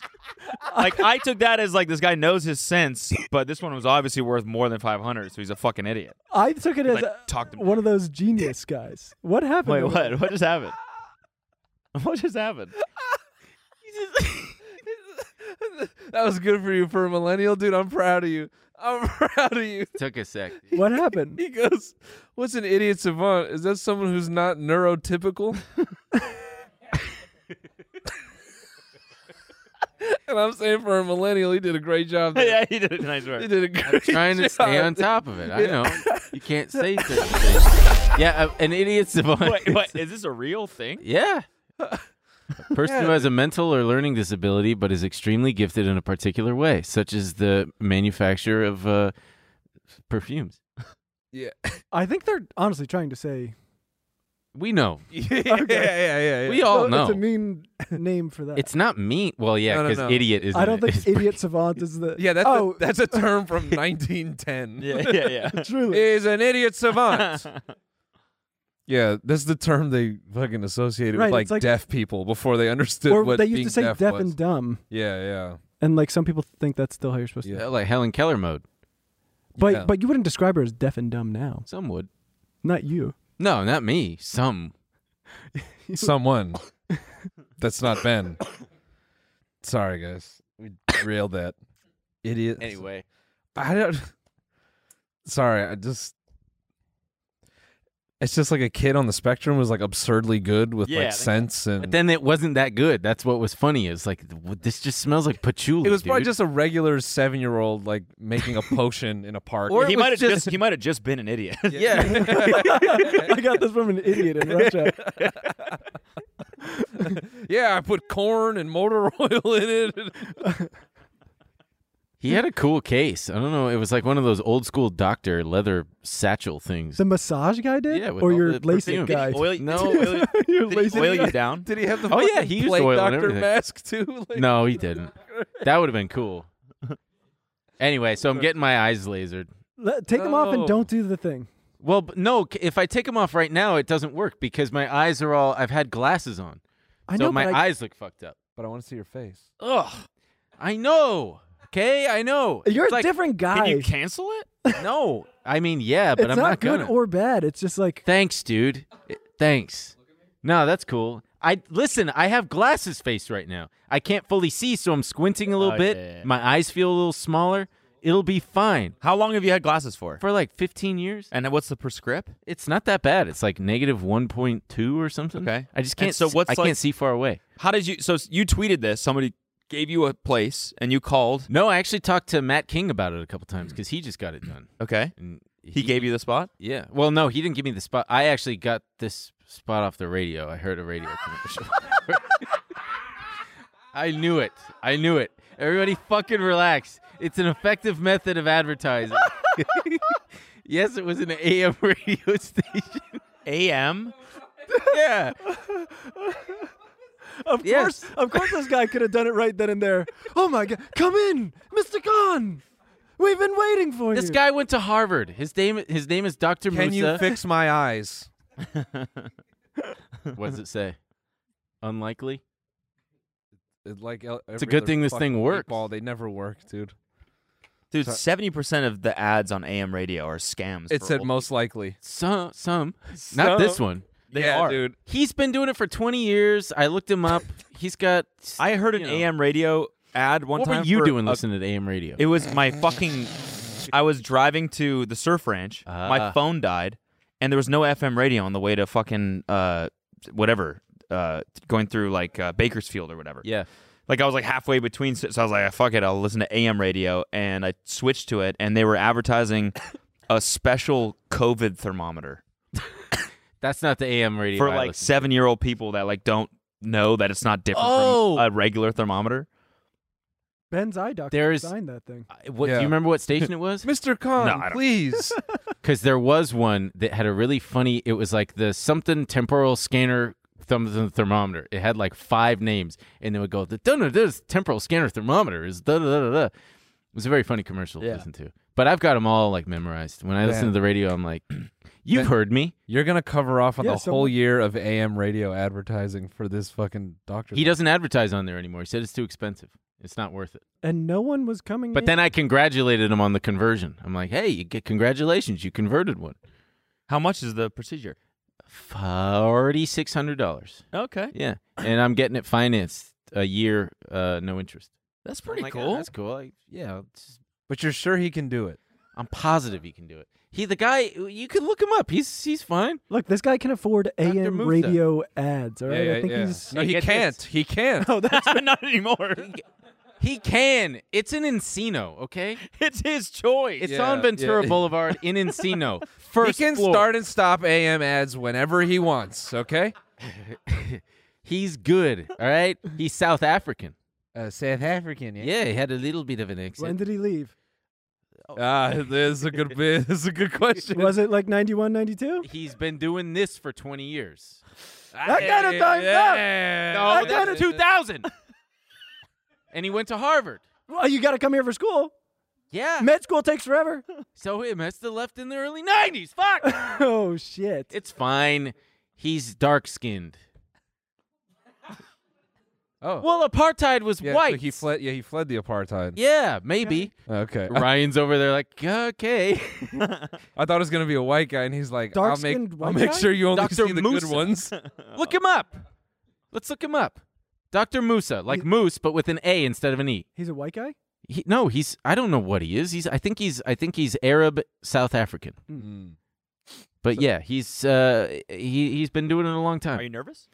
B: like I took that as like this guy knows his sense, but this one was obviously worth more than five hundred, so he's a fucking idiot.
E: I took it as
B: Like,
E: a-
B: talk to me.
E: one of those genius guys. What
B: (laughs)
E: happened?
B: Wait,
E: to him?
B: what? What just happened? What just happened?
F: (laughs) that was good for you for a millennial, dude. I'm proud of you. I'm (laughs) proud of you.
D: Took a
E: (laughs)
D: sec.
E: What happened?
F: He goes, "What's an idiot savant? Is that someone who's not neurotypical?" and I'm saying for a millennial, he did a great job. There.
B: yeah, he did (laughs) it. Nice
F: He
B: work.
F: did a great
D: Trying to stay
F: job.
D: on top of it. I
F: Yeah.
D: know. You can't
E: (laughs)
D: say certain things. Yeah, a- an idiot savant.
B: Wait,
D: (laughs) is-
B: wait, is this a real
D: (laughs)
B: thing?
D: Yeah.
E: (laughs)
D: A person who has a mental or learning disability but is extremely gifted in a particular way, such as the manufacture of uh, perfumes.
F: Yeah,
E: I think they're honestly trying to say.
D: We know.
F: (laughs) yeah, yeah, yeah, yeah.
D: We all
E: No,
D: know.
E: That's a mean name for that.
D: It's not mean. Well, yeah,
F: No, no,
D: because
F: no.
D: idiot is.
E: I
D: (laughs)
E: don't think
D: is
E: idiot savant is
F: (laughs)
E: the.
F: yeah, that's
E: oh,
F: a, that's a
E: (laughs)
F: term from 1910.
B: Yeah, yeah, yeah.
E: truly.
F: (laughs) He's an idiot savant.
E: (laughs)
D: (laughs)
F: yeah, that's the term they fucking associated
E: Right,
F: with
E: it's
F: like,
E: like-
F: deaf people before they understood
E: Or
F: what
E: they used
F: being
E: to say
F: deaf,
E: deaf,
F: was.
E: and dumb,
F: Yeah, yeah.
E: and like some people think that's still how you're supposed to.
F: Yeah.
D: like Helen Keller mode.
E: But
F: Yeah.
E: but (laughs) you wouldn't describe her as deaf and dumb now.
D: Some would.
E: Not you.
D: No, not me. Some.
E: (laughs)
F: someone that's not Ben. Sorry, guys, we railed that idiot.
D: Anyway,
F: I don't. (laughs) Sorry, I just. It's just like a kid on the spectrum was like absurdly good with
B: Yeah, I
F: like
B: think-
F: sense and.
D: but then it wasn't that good. That's what was funny. Is like w- this just smells like patchouli.
F: it was probably
D: dude.
F: just a regular seven-year-old like making a potion in a park.
D: Or it
B: he
D: was
B: might have
D: just-
B: just, he might have just been an idiot. (laughs)
D: yeah.
E: I got this from an idiot in Russia.
F: (laughs) yeah, I put corn and motor (laughs) oil in it.
D: he had a cool case. I don't know. It was like one of those old school doctor leather satchel things.
E: (laughs) The massage guy did,
D: Yeah, with
E: or
D: all
E: your
D: the perfume.
E: LASIK guy.
B: Oil,
D: No.
B: oil,
E: (laughs) Your
B: did he
E: LASIK
B: oil
E: guy.
B: you down?
F: Did he have the
D: Oh, yeah,
F: fucking
D: he used
F: plague
D: oil and
F: doctor
D: everything.
F: mask too? (laughs) Like,
D: No, he didn't. That would have been cool. Anyway, so I'm getting my eyes lasered.
E: Let- take them off and
F: No.
E: don't do the thing.
D: Well, b- no, c- if I take them off right now, it doesn't work because my eyes are all. I've had glasses on,
E: I
D: so
E: know.
D: my
E: but I-
D: eyes look fucked up.
F: But I want to see your face.
D: Ugh, I know. Okay, I know.
E: you're
D: It's
E: a
D: like,
E: different guy.
B: Can you cancel it?
D: No, I mean, yeah, but
E: it's
D: I'm
E: not,
D: not
E: good
D: gonna.
E: or bad. It's just like
D: Thanks, dude. Thanks. No, that's cool. I listen. I have glasses face right now. I can't fully see, so I'm squinting a little
B: Oh,
D: bit.
B: yeah.
D: My eyes feel a little smaller. It'll be fine.
B: How long have you had glasses for?
D: For like 15 years,
B: And what's the prescript?
D: it's not that bad. It's like negative 1.2 or something.
B: Okay.
D: I just
B: And
D: can't.
B: so
D: s-
B: what's
D: I can't
B: like-
D: see far away.
B: How did you? So you tweeted this. Somebody gave you a place, and you called.
D: No, I actually talked to Matt King about it a couple times because he just got it done.
B: Okay.
D: And
B: He gave
D: Mm-hmm.
B: you the spot.
D: Yeah. Well, no, he didn't give me the spot. I actually got this spot off the radio. I heard a radio commercial. (laughs) I knew it. I knew it. Everybody fucking relax. It's an effective method of advertising. (laughs) yes, it was an AM radio (laughs) station.
B: A.M. (laughs)
D: yeah.
E: Of
D: Yes.
E: course, of course, this guy could have done it right then and there. Oh my God! Come in, Mr. Khan. We've been waiting for you.
D: This guy went to Harvard. His name his name is Dr.
F: Can you
D: Musa.
F: fix my eyes?
D: (laughs) what does it say? Unlikely?
F: It, like el-
D: It's a
F: every
D: good
F: other
D: thing this thing
F: fucking
D: works.
F: Ball, they never work, dude.
B: Dude, seventy percent of the ads on AM radio are scams.
F: It
B: for
F: said
B: old-
F: most likely.
D: Some some. Not this
F: Some-
D: one.
B: They
F: yeah,
B: are.
F: dude.
D: He's been doing it for 20 years. I looked him up. He's got
B: I heard an
D: you know.
B: AM radio ad one
D: What
B: time.
D: were you
B: for
D: doing
B: a-
D: listening to AM radio?
B: It was my fucking. I was driving to the surf ranch. my
D: Ah.
B: phone died, and there was no FM radio on the way to fucking uh, whatever, uh, going through like uh, Bakersfield or whatever.
D: yeah.
B: Like I was like halfway between, so so I was like, "Ah, "Fuck it, I'll listen to AM radio," and I switched to it, and they were advertising a special COVID thermometer
D: That's not the AM radio.
B: for
D: I
B: like
D: listen to.
B: seven-year-old people that like don't know that it's not different
D: Oh!
B: from a regular thermometer.
E: Ben's eye doctor
D: There is-
E: designed that thing.
D: I- What,
F: Yeah.
D: Do you
B: (laughs)
D: remember what station it was?
F: Mr. Khan,
B: No, I don't-
D: (laughs)
F: please.
D: Because there was one that had a really funny. It was like the something temporal scanner thumb th- thermometer. It had like five names, and they would go the dun this temporal scanner thermometer is da da da da. It was a very funny commercial
F: Yeah.
D: to listen to. But I've got them all like memorized. When I listen to
F: Man.
D: the radio, I'm like, (clears throat) you've
F: Man.
D: heard me.
F: You're gonna cover off on
E: Yeah,
F: the
E: so-
F: whole year of AM radio advertising for this fucking doctor.
D: He doesn't advertise on there anymore. He said it's too expensive. It's not worth it.
E: And no one was coming.
D: But
E: in.
D: then I congratulated him on the conversion. I'm like, hey, you get congratulations, you converted one.
B: How much is the procedure?
D: Forty six hundred dollars.
B: (laughs) Okay,
D: Yeah, and I'm getting it financed a year, uh, no interest.
B: that's
D: I'm
B: pretty
D: like, "Oh,
B: cool.
D: that's cool. Like, yeah, it's-
F: But you're sure he can do it.
D: I'm positive he can do it. He, the guy, you can look him up. He's he's fine.
E: look, this guy can afford
D: Dr.
E: AM
D: Musa.
E: radio ads. All right,
F: yeah,
E: I think
F: yeah.
E: he's.
F: No,
D: Hey,
F: he
D: get
F: can't.
D: this.
B: (laughs)
F: He can't.
E: Oh, that's
B: not anymore.
D: He can. It's in Encino, okay?
B: (laughs) It's his choice.
D: It's
F: Yeah,
D: on Ventura
F: yeah.
D: Boulevard in Encino. First
F: (laughs) he can
D: floor.
F: start and stop AM ads whenever he wants. Okay.
D: (laughs) He's good. All
F: (laughs)
D: right. He's South African.
F: Uh, South African.
D: Yeah, he had a little bit of an accent. Uh,
E: When did he leave?
D: (laughs)
F: Ah, this is a good (laughs) bit. This is a good question.
E: Was it like 91,
F: Oh.
E: 92?
D: (laughs) He's been doing this for 20 years.
E: I got it done,
F: Ah, Yeah.
D: No,
E: I
D: that's
E: got it.
D: 2000. (laughs) and he went to Harvard.
E: Well, you got to come here for school.
D: Yeah.
E: Med school
D: (laughs)
E: takes forever.
D: So he must have left in the early 90s. Fuck.
E: oh shit!
D: (laughs) it's fine. He's dark skinned.
F: Oh,
D: Well, apartheid was
F: yeah, so
D: white.
F: he fled. Yeah, he fled the apartheid.
D: Yeah, maybe.
F: Okay. I,
D: Ryan's over there like, okay.
F: (laughs) I thought it was gonna be a white guy, and he's like, "I'll make,
E: Dark-skinned
F: I'll
E: white
F: make
E: guy?
F: sure you only
D: Dr.
F: see the
D: Musa.
F: good
D: (laughs)
F: (laughs) ones."
D: look him up. Let's look him up. Dr. Musa, like Moose, but with an A instead of an E.
E: He's a white guy.
D: He, no, he's I don't know what he is. He's I think he's I think he's Arab South African.
F: Hmm.
D: But yeah, he's uh he he's been doing it a long
B: Are
D: time.
B: you nervous?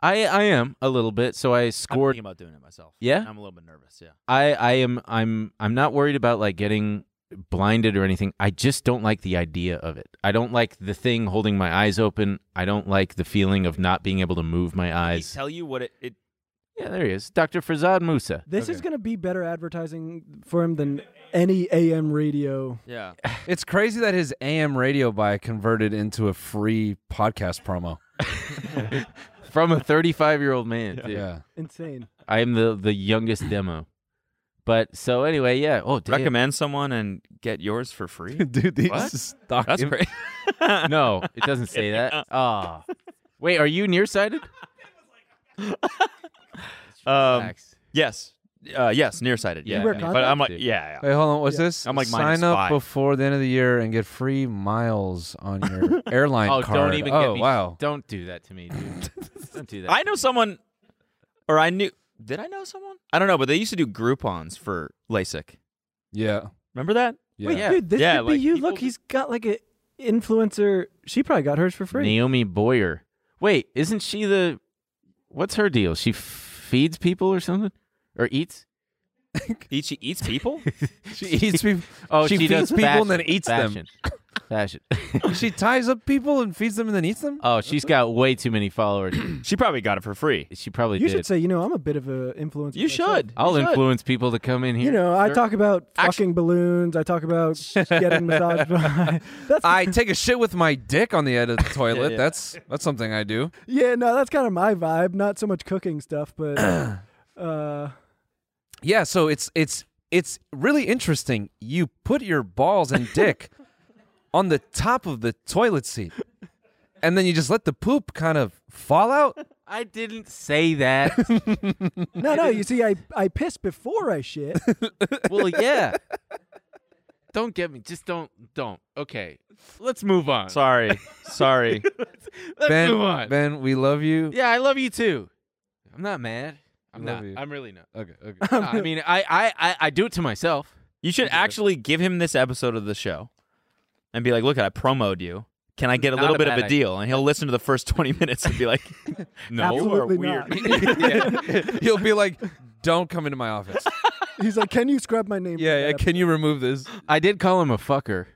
D: I I am a little bit. So I
B: I'm
D: scored
B: thinking about doing it myself.
D: Yeah?
B: I'm a little bit nervous. Yeah.
D: I I am I'm I'm not worried about like getting blinded or anything. I just don't like the idea of it. I don't like the thing holding my eyes open. I don't like the feeling of not being able to move my
B: I
D: eyes.
B: tell you what it, it
D: Yeah, there he is. Dr. Frazad Musa.
E: This is
F: Okay.
E: gonna be better advertising for him than any AM radio.
B: yeah. (laughs)
F: It's crazy that his AM radio buy converted into a free podcast promo.
D: (laughs) From a 35-year-old man. dude.
F: Yeah.
E: Insane.
D: I am the the youngest demo. But so anyway, yeah. Oh, damn.
B: Recommend someone and get yours for free.
F: (laughs)
D: (laughs)
F: Dude, these
B: What?
F: stock
B: That's
F: im-
B: great. (laughs)
D: No, it doesn't say that. Ah. Wait, are
B: (laughs)
D: you nearsighted?
B: Um,
D: Relax.
B: yes. Uh, yes, nearsighted.
D: You
B: Yeah.
E: wear
B: but I'm like,
D: contacts?
B: yeah, yeah.
F: Wait, hold on. What's this?
B: I'm like minus
F: sign up
B: five.
F: before the end of the year and get free miles on your airline
D: Oh,
F: card.
D: don't even
F: oh,
D: get me.
F: wow.
D: Don't do that to me, dude. Don't do
B: (laughs)
D: that.
B: I know someone, or I knew. Did I know someone? I don't know, but they used to do Groupon's for LASIK.
F: Yeah. (laughs)
B: Remember that?
F: Yeah.
E: Wait, dude, this
B: Yeah,
E: could
B: like,
E: be you.
B: people
E: Look, he's got like a influencer. She probably got hers for free.
D: Naomi Boyer. Wait, isn't she the? What's her deal? She feeds people or something, or eats?
B: Eat- She eats
D: (laughs)
B: people.
F: She eats people. she, feeds
D: Oh, does
F: people
D: fashion,
F: and then eats
D: fashion. Fashion.
F: them. (laughs) she ties up people and feeds them and then eats them.
D: Oh, she's got way too many followers. (clears throat)
B: she probably got it for free.
D: She probably
E: you
D: did.
E: should say, you know, I'm a bit of a influencer.
B: You
E: myself.
B: should.
D: I'll
B: You should.
D: influence people to come in here.
E: You know, I
D: Sure.
E: talk about
B: Actu-
E: fucking balloons. I talk about getting massaged. by- that's
F: I take a shit with my dick on the end of the toilet.
B: yeah.
F: That's that's something I do.
E: yeah, no, that's kind of my vibe. Not so much cooking stuff, but uh,
F: Yeah, so it's it's it's really interesting. You put your balls and dick on the top of the toilet seat. And then you just let the poop kind of fall out.
D: I didn't say that.
F: (laughs)
E: no, no. You see, I I piss before I shit.
D: well, yeah. Don't get me. Just don't. Don't. Okay. Let's move on. (laughs)
B: Sorry, sorry.
D: Let's
F: ben,
D: move on.
F: Ben, we love you.
D: Yeah, I love you too. I'm not mad. I'm
F: Love
D: not.
F: you.
D: I'm really not.
F: (laughs) Okay, okay.
D: No, I mean, I, I, I, I do it to
F: (laughs)
D: myself. (laughs)
B: You should actually give him this episode of the show, and be like, "Look, I promoed you. Can I get a
D: Not
B: little
D: a
B: bit of
D: bad
B: a
D: idea.
B: deal?" And he'll listen to the first twenty minutes and be (laughs) like, "No,
E: Absolutely
B: you are
D: (laughs)
B: weird."
F: He'll be like, "Don't come into
D: (laughs)
F: my office."
E: He's like, can you scrub my name? from
F: Yeah, yeah.
E: that
F: Can you remove this?
D: I did call him a fucker.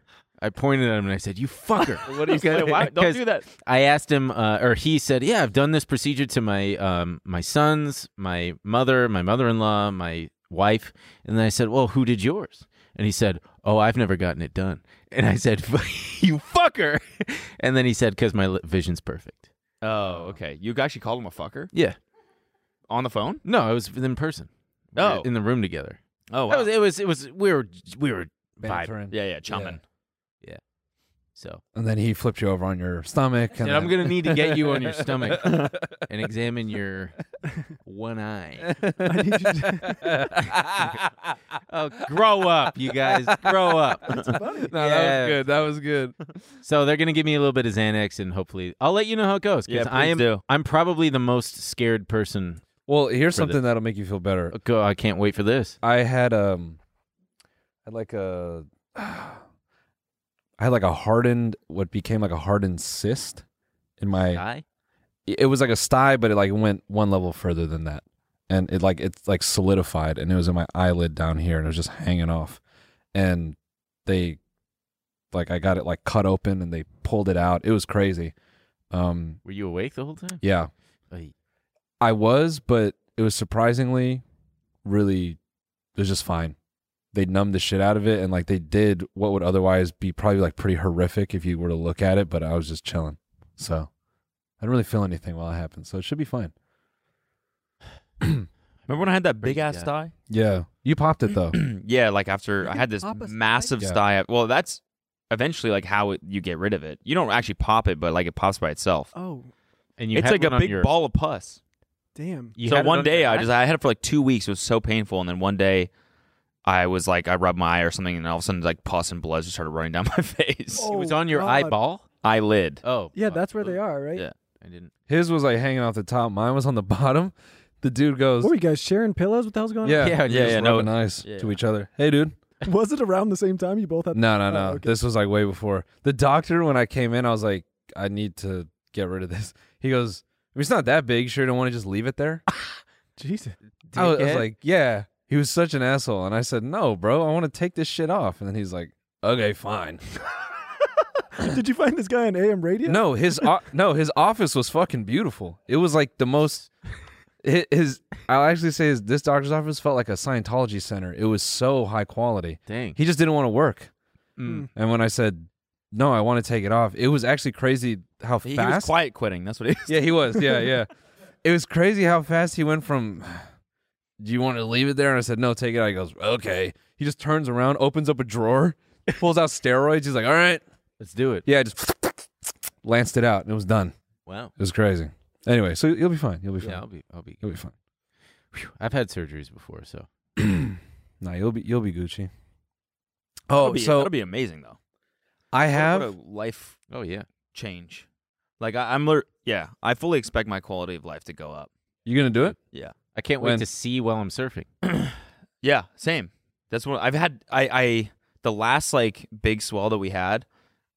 D: I pointed at him and I said, "You fucker."
B: What do you say? Why? Don't
D: 'Cause
B: do that.
D: I asked him, uh, or he said, "Yeah, I've done this procedure to my um, my sons, my mother, my mother-in-law, my wife." And then I said, "Well, who did yours?" And he said, "Oh, I've never gotten it done." (laughs) And I said, "You fucker!" (laughs) And then he said, "Cause my li- vision's perfect."
B: Oh, okay. You actually called him a fucker
D: Yeah.
B: on the phone?
D: No, it was in person. We were
B: Oh.
D: in the room together.
B: Oh,
D: That was- it was. It was. We were. We were vibing.
F: Bantering.
B: yeah, yeah, chumming.
D: So.
F: And then he flipped you over on your stomach. And
D: And I'm
F: then- (laughs)
D: gonna need to get you on your
E: (laughs)
D: stomach and examine your one
E: (laughs)
D: eye.
F: (laughs)
D: (laughs) oh, grow up, you guys, grow
E: (laughs)
D: up. (laughs)
F: No, that
D: Yeah.
F: was good. That was good.
D: So they're gonna give me a little bit of Xanax, and hopefully, I'll let you know how it goes. 'cause
B: Yeah,
D: I
B: please
D: am.
B: do.
D: I'm probably the most scared person.
F: Well, here's
D: For the-
F: something that'll make you feel better.
D: Go! I can't wait for this.
F: I had um, I had like a, (sighs) I had like a hardened, what became like a hardened cyst in my.
D: Guy?
F: It was like a sty, but it like went one level further than that, and it like it's like solidified, and it was in my eyelid down here, and it was just hanging off, and they, like I got it like cut open, and they pulled it out. It was crazy. Um,
D: Were you awake the whole time?
F: yeah,
D: Ay.
F: I was, but it was surprisingly really it was just fine. They numbed the shit out of it and like they did what would otherwise be probably like pretty horrific if you were to look at it, but I was just chilling. So I didn't really feel anything while it happened. So it should be fine.
B: Remember when I had that big ass
D: God.
B: sty?
F: Yeah. You popped it though.
B: (clears throat) yeah, like after I had this
E: pop a sty?
B: massive
F: Yeah.
B: sty. Well, that's eventually like how it, you get rid of it. You don't actually pop it, but like it pops by itself.
E: Oh,
D: And you
B: it's
D: had
B: like a
D: one on
B: big
D: your-
B: ball of pus.
E: damn.
D: you
B: so
D: had it
B: one
D: on your
B: day I
D: eye?
B: just I had it for like two weeks. It was so painful, and then one day I was like I rubbed my eye or something, and all of a sudden like pus and blood just started running down (laughs) my face,
E: Oh.
D: It was on your
E: God.
D: eyeball.
B: eyelid.
D: Oh,
E: Yeah,
D: fuck.
E: that's where they are, right?
B: Yeah.
D: I didn't.
F: (clears throat) His was like hanging off the top, mine was on the (laughs) bottom. The dude goes
E: What were you guys sharing pillows? What the hell's going
F: Yeah,
D: Yeah,
F: yeah,
B: yeah,
F: yeah,
B: no.
F: rubbing eyes
B: Yeah.
F: to each other. Hey dude.
E: on? (laughs) Was it around the same time you both had?
F: No, no,
E: Oh,
F: no.
E: okay.
F: This was like way before. The doctor, when I came in, I was like, I need to get rid of this. He goes, "I mean, It's not that big. Sure, don't want to just leave it there.
E: (laughs) Jesus.
F: I Oh, was, I was
D: Dickhead.
F: like, Yeah. He was such an asshole. And I said, No, bro, I want to take this shit off. And then he's like, Okay, fine.
E: Did you find this guy on AM radio?
F: No, his o- no, his office was fucking beautiful. It was like the most. hi- His, I'll actually say his, this doctor's office felt like a Scientology center. It was so high quality.
D: Dang.
F: He just didn't want to work.
B: Mm.
F: And when I said, no, I want to take it off, it was actually crazy how
B: He
F: fast.
B: was quiet quitting. That's what he (laughs) was.
F: Yeah, he was. Yeah, yeah. it was crazy how fast he went from, do you want to leave it there? And I said, no, take it out. He goes, okay. He just turns around, opens up a drawer, pulls out steroids. He's like, all right.
D: Let's do it.
F: Yeah, I just (laughs) lanced it out and it was done.
D: Wow.
F: It was crazy. Anyway, so you'll be fine. You'll be fine.
D: Yeah, I'll be. I'll be.
F: You'll be fine.
D: Phew. I've had surgeries before, so
F: (clears throat) Nah, you'll be you'll be Gucci.
B: That'll
F: Oh,
B: be,
F: so
B: that'll be amazing though. What
F: I
B: a-
F: have
B: what a life
D: oh yeah.
B: change. Like I, I'm, lear- Yeah, I fully expect my quality of life to go up.
F: You gonna do it?
B: Yeah.
D: I can't wait
F: When?
D: to see while I'm surfing.
B: Yeah, same. That's what I've had. I, I the last like big swell that we had,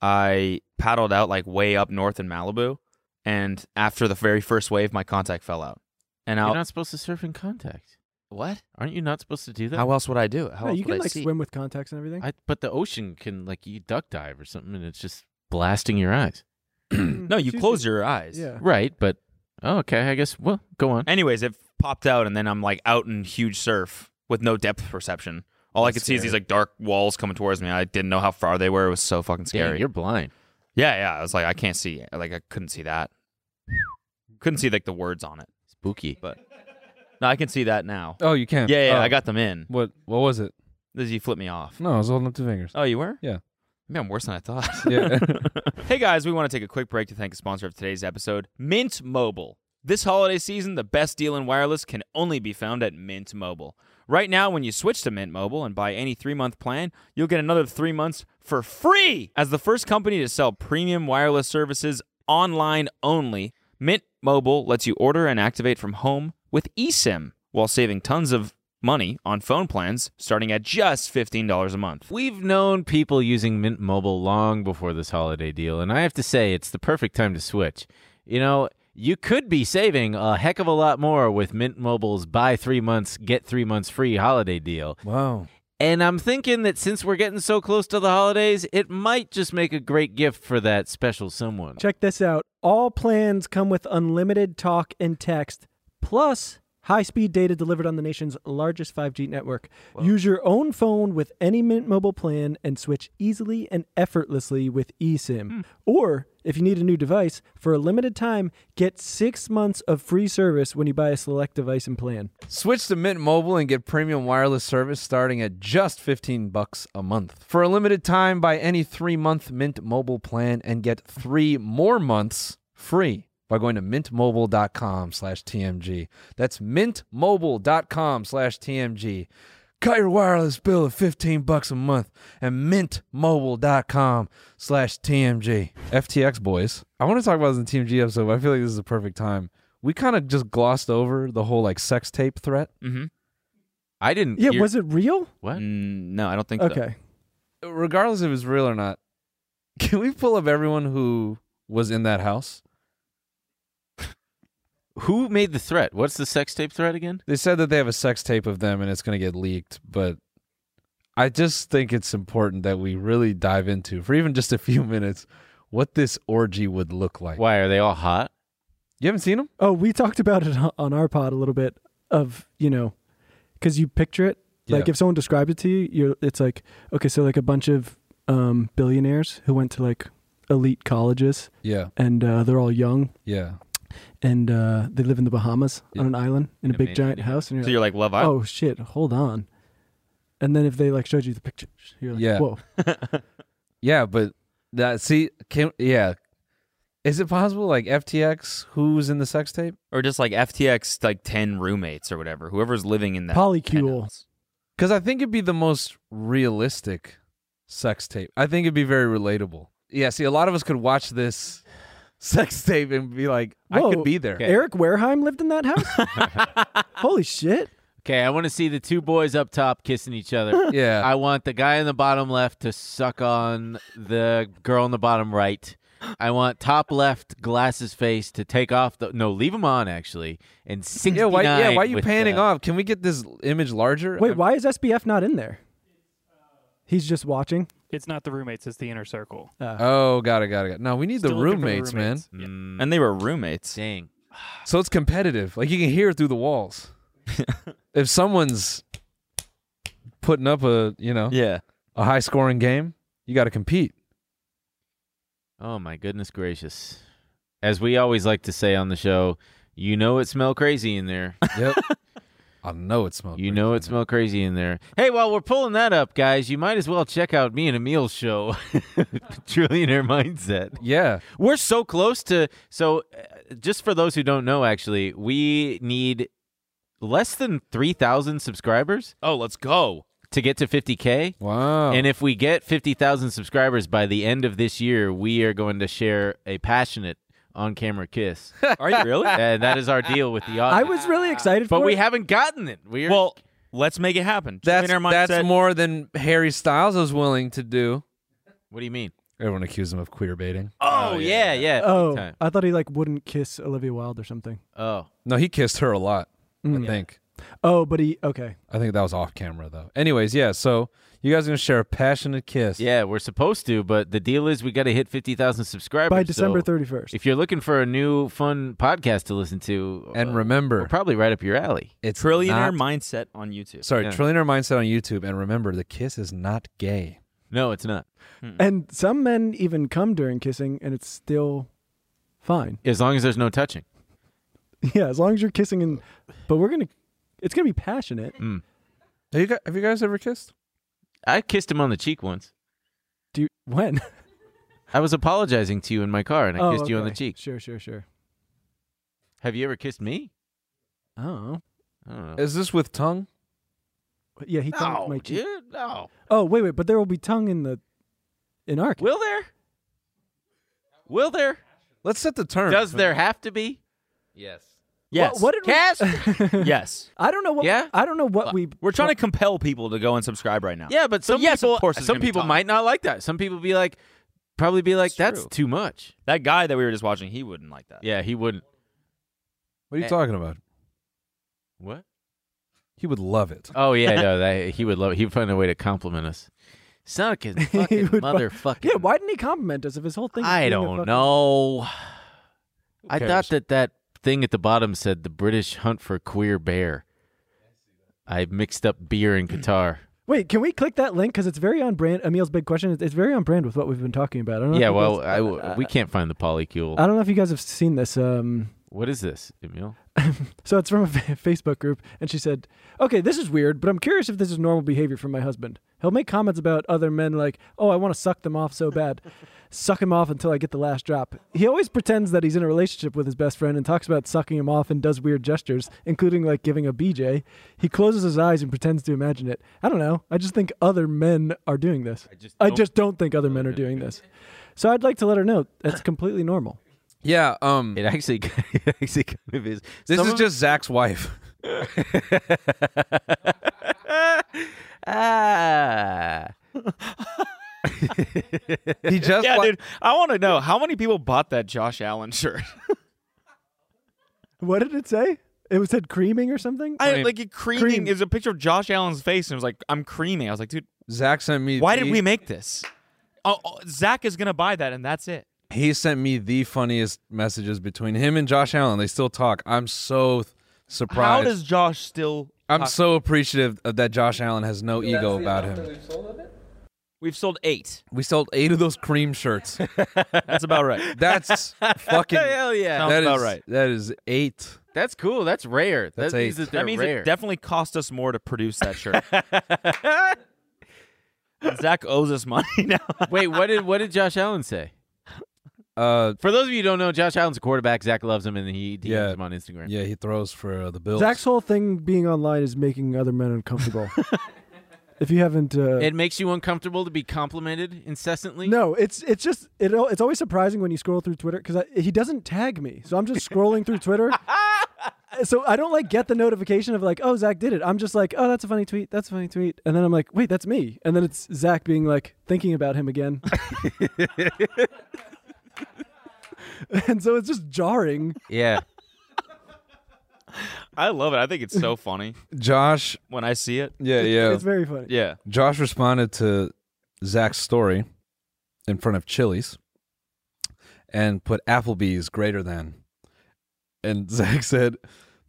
B: I paddled out like way up north in Malibu, and after the very first wave, my contact fell out. And I
D: You're not supposed to surf in contact.
B: what?
D: Aren't you not supposed to do that?
B: How else would I do it? How
E: Yeah,
B: else
E: you
B: would
E: can
B: I
E: like
B: see? (clears throat)
E: swim with contacts and everything.
D: I, but the ocean can like you duck dive or something, and it's just blasting your eyes.
B: No, you
E: She's
B: close
E: good.
B: your eyes.
E: Yeah.
D: Right, but oh, okay. I guess. Well, go on.
B: Anyways, it popped out, and then I'm like out in huge surf with no depth perception. All I
D: That's
B: could see is these
D: scary.
B: like dark walls coming towards me. I didn't know how far they were. It was so fucking
D: Damn,
B: scary.
D: you're blind.
B: yeah, yeah. I was like, I can't see. Like, I couldn't see that. couldn't see like the words on it.
D: Spooky.
B: But no, I can see that now.
F: Oh, you can.
B: yeah, yeah.
F: Oh.
B: I got them in.
F: What? What was it?
B: Liz, you flipped me off.
F: No, I was holding up two fingers.
B: Oh, you were?
F: Yeah.
B: Maybe I'm worse than I thought. (laughs)
F: (laughs) Yeah.
B: hey guys, we want to take a quick break to thank the sponsor of today's episode, Mint Mobile. This holiday season, the best deal in wireless can only be found at Mint Mobile. Right now, when you switch to Mint Mobile and buy any three month plan, you'll get another three months for free. As the first company to sell premium wireless services online only, Mint Mobile lets you order and activate from home with eSIM while saving tons of money on phone plans starting at just $15 a month.
D: We've known people using Mint Mobile long before this holiday deal, and I have to say, it's the perfect time to switch. You know, you could be saving a heck of a lot more with Mint Mobile's buy three months, get three months free holiday deal.
F: wow.
D: And I'm thinking that since we're getting so close to the holidays, it might just make a great gift for that special someone.
E: Check this out. All plans come with unlimited talk and text, plus high-speed data delivered on the nation's largest 5G network. Use your own phone with any Mint Mobile plan and switch easily and effortlessly with eSIM.
B: Hmm.
E: Or if you need a new device, for a limited time, get six months of free service when you buy a select device and plan.
F: Switch to Mint Mobile and get premium wireless service starting at just 15 bucks a month. For a limited time, buy any 3-month Mint Mobile plan and get 3 more months free by going to mintmobile.com/tmg. slash TMG. That's mintmobile.com/tmg. slash TMG. Cut your wireless bill at 15 bucks a month at mintmobile.com slash TMG. FTX boys. I want to talk about this in TMG episode, but I feel like this is the perfect time. We kind of just glossed over the whole like sex tape threat.
E: Mm-hmm.
D: I didn't.
E: Yeah,
D: hear-
E: was it real?
D: what?
B: Mm, no, I don't think so.
E: Okay.
F: Regardless if it's real or not, can we pull up everyone who was in that house?
D: Who made the threat? What's the sex tape threat again?
F: They said that they have a sex tape of them and it's going to get leaked, but I just think it's important that we really dive into for even just a few minutes what this orgy would look like.
D: Why are they (laughs) all hot?
F: You haven't seen them?
E: Oh, we talked about it (laughs) on our pod a little bit of, you know, because you picture it. Like
F: Yeah.
E: if someone described it to you, you're, it's like, okay, so like a bunch of um, billionaires who went to like elite colleges
F: Yeah,
E: and uh, they're all young
F: yeah.
E: and uh, they live in the Bahamas on an island in
D: In
E: a
D: a
E: big
D: mansion,
E: giant
D: yeah.
E: house. And you're,
B: So you're like Love
E: like,
B: Island.
E: oh shit, hold on. And then if they like showed you the pictures, you're like,
F: Yeah.
E: whoa.
F: Yeah, but that see can yeah. Is it possible like FTX who's in the sex tape?
B: or just like FTX like ten roommates or whatever, whoever's living in that
E: Polycule.
B: penthouse.
F: Cuz I think it'd be the most realistic sex tape. I think it'd be very relatable. Yeah, see a lot of us could watch this (laughs) sex tape and be like I
E: Whoa,
F: could be there.
E: Eric Wareheim lived in
D: (laughs)
E: that house? Holy shit.
D: Okay, I want to see the two boys up top kissing each
F: (laughs)
D: other. Uh,
F: Yeah.
D: I want the guy in the bottom left to suck on the girl in the bottom right. I want top left glasses face to take off the no, leave him on actually. And sixty
F: yeah, why yeah, why are you panning
D: panning off?
F: off? Can we get this image larger?
E: Wait,
F: I'm-
E: why is SBF not in there? He's just watching. Uh,
G: It's not the roommates, it's the inner circle.
F: Oh, got it, got it, got it. No, we need the
G: Still looking for the
F: roommates, man.
G: roommates. Yeah.
D: Mm,
B: and they were roommates.
D: Dang.
F: So it's competitive. Like you can hear it through
D: (laughs)
F: the walls. if someone's putting up a, you know,
B: Yeah,
F: a high scoring game, you got to compete.
D: Oh my goodness gracious. As we always like to say on the show, you know it smell crazy in there. (laughs)
F: Yep. I know it smells.
D: You
F: great.
D: know it smell crazy in there. Hey, while we're pulling that up, guys, you might as well check out me and Emil's show, (laughs) Trillionaire Mindset.
F: Yeah.
D: We're so close to. So, uh, just for those who don't know, actually, we need less than 3,000 subscribers
B: Oh, let's go. (laughs)
D: to get to 50K.
F: Wow.
D: And if we get 50,000 subscribers by the end of this year, we are going to share a passionate on camera kiss.
B: Are you really? (laughs)
E: (laughs)
D: Uh, that is our deal with the audience.
E: I was really excited
D: but
E: for
D: we
E: it.
D: haven't gotten it. We're
B: Well, let's make it happen.
F: That's
B: Jermaine Armand
F: that's
B: said-
F: more than Harry Styles was willing to do.
D: what do you mean?
F: Everyone accused him of queer baiting.
D: Oh, yeah, yeah. big
E: Oh,
D: time.
E: I thought he like wouldn't kiss Olivia Wilde or something.
D: Oh.
F: No, he kissed her a lot.
D: Mm.
F: I think.
E: Oh, but he okay.
F: I think that was off camera though. Anyways, yeah. So you guys are gonna share a passionate kiss.
D: Yeah, we're supposed to, but the deal is we got to hit 50,000 subscribers.
E: By
D: so
E: December 31st.
D: If you're looking for a new fun podcast to listen to,
F: And
D: uh, we're
F: remember,
D: probably right up your alley.
F: it's
B: Trillionaire
F: not-
B: mindset on YouTube.
F: Sorry,
D: Yeah.
F: trillionaire mindset on YouTube. And remember, the kiss is not gay.
D: No, it's not.
G: Hmm.
E: And some men even come during kissing and it's still fine. (laughs)
D: As long as there's no touching.
E: Yeah, as long as you're kissing and but we're going to it's going to be passionate.
F: Have you guys, have you guys ever kissed?
D: Mm. I kissed him on the cheek once.
E: Do you, when?
D: I was apologizing to you in my car and I
E: Oh,
D: kissed you on the
E: okay.
D: cheek.
E: Sure, sure, sure.
D: Have you ever kissed me?
E: Oh.
D: I don't know.
F: Is this with tongue?
E: Yeah, he tongued my
D: no,
E: cheek.
D: dude, no.
E: Oh, wait, wait, but there will be tongue in the in our
D: Will there? Will there?
F: Let's set the term.
D: Does there have to be?
F: Yes.
B: Yes.
E: What, did
D: Cast?
B: (laughs)
E: we (laughs)
B: yes.
E: I don't know what
D: Yeah?
E: I don't know what we
B: We're trying to compel people to go and subscribe right now.
D: Yeah, but some
B: yes, of
D: people,
B: course it's
D: some
B: gonna be
D: people
B: tongue.
D: might not like that. Some people be like, probably be like,
B: It's
D: that's
B: true.
D: too much.
B: That guy that we were just watching, he wouldn't like that.
D: Yeah, he wouldn't.
F: What are you
D: Eh.
F: talking about?
D: What?
F: He would love it.
B: (laughs)
D: Oh yeah, no, that, he would love. He'd find a way to compliment us.
B: (laughs)
D: Sonic is
E: (laughs) He
D: fucking
E: would fu-
D: motherfucking.
E: Yeah, why didn't he compliment us if his whole thing was
D: I
E: being a
D: don't
E: fucking-
B: Oh.
D: know. I
B: cares?
D: thought that that thing at the bottom said the British hunt for queer bear. I mixed up beer and guitar.
E: Wait, can we click that link cuz it's very on brand Emil's big question. It's- It's very on brand with what we've been talking about. I don't know if
D: yeah,
E: you
D: well,
E: guys-
D: I w we can't find the polycule.
E: I don't know if you guys have seen this. Um,
D: what is this, Emil?
E: so it's from a (laughs) fa- Facebook group, and she said, "Okay, this is weird, but I'm curious if this is normal behavior from my husband. He'll make comments about other men like, "Oh, I want to suck them off so bad. suck him off until I get the last drop." He always pretends that he's in a relationship with his best friend and talks about sucking him off and does weird gestures, including like giving a BJ. He closes his eyes and pretends to imagine it. I don't know. I just think other men are doing this. I just don't, think other men are doing this. So I'd like to let her know that's completely normal.
F: Yeah. Um.
D: It actually, (laughs) it actually kind of is.
F: this
D: Some
F: is
D: of-
F: just Zach's
B: (laughs)
F: wife.
D: (laughs) ah.
F: He just.
B: Yeah,
F: li-
B: dude. I want to know how many people bought that Josh Allen (laughs) shirt.
E: (laughs) What did it say? It was said creaming or something.
B: I
F: Cream.
B: like it creaming.
E: Cream.
B: It was a picture of Josh Allen's face, and it was like, "I'm creaming." I was like, "Dude,
F: Zach sent me.
B: why
F: the-
B: did we make this?" Oh, oh, Zach is gonna buy that, and that's it.
F: He sent me the funniest messages between him and Josh Allen. They still talk. I'm so th-
B: How
F: surprised.
B: does Josh still?
F: I'm
B: talk-
F: so appreciative of that Josh Allen has no ego about him.
B: We've sold eight.
F: We sold eight of those cream shirts.
B: That's about (laughs) right.
F: That's fucking.
D: Hell yeah.
B: Sounds
F: that
B: about
F: is
B: right.
F: That is eight.
D: That's cool. That's rare.
F: That's
D: that means
F: eight.
D: that they're
B: that means
D: rare.
B: it definitely cost us more to produce that
D: (laughs)
B: shirt. And Zach owes us
D: (laughs)
B: money now.
D: Wait, what did what did Josh Allen say?
F: Uh,
D: For those of you who don't know, Josh Allen's a quarterback. Zach loves him, and he DMs
F: Yeah.
D: him on Instagram.
F: yeah, he throws for uh, the Bills.
E: Zach's whole thing being online is making other men
F: (laughs)
E: uncomfortable. if you haven't, uh,
D: It makes you uncomfortable to be complimented incessantly.
E: no, it's it's just it, al- it's always surprising when you scroll through Twitter because he doesn't tag me, so I'm just scrolling through
F: (laughs)
E: Twitter. So I don't like get the notification of like, oh Zach did it. I'm just like, oh that's a funny tweet, that's a funny tweet, and then I'm like, wait that's me, and then it's Zach being like thinking about him
F: (laughs)
E: again. and so it's just jarring.
D: (laughs) Yeah.
B: I love it. I think it's (laughs) so funny
F: Josh.
B: when I see it.
F: Yeah, yeah.
E: It's very funny.
B: Yeah.
F: Josh responded to Zach's story in front of Chili's and put Applebee's greater than. And (laughs) Zach said,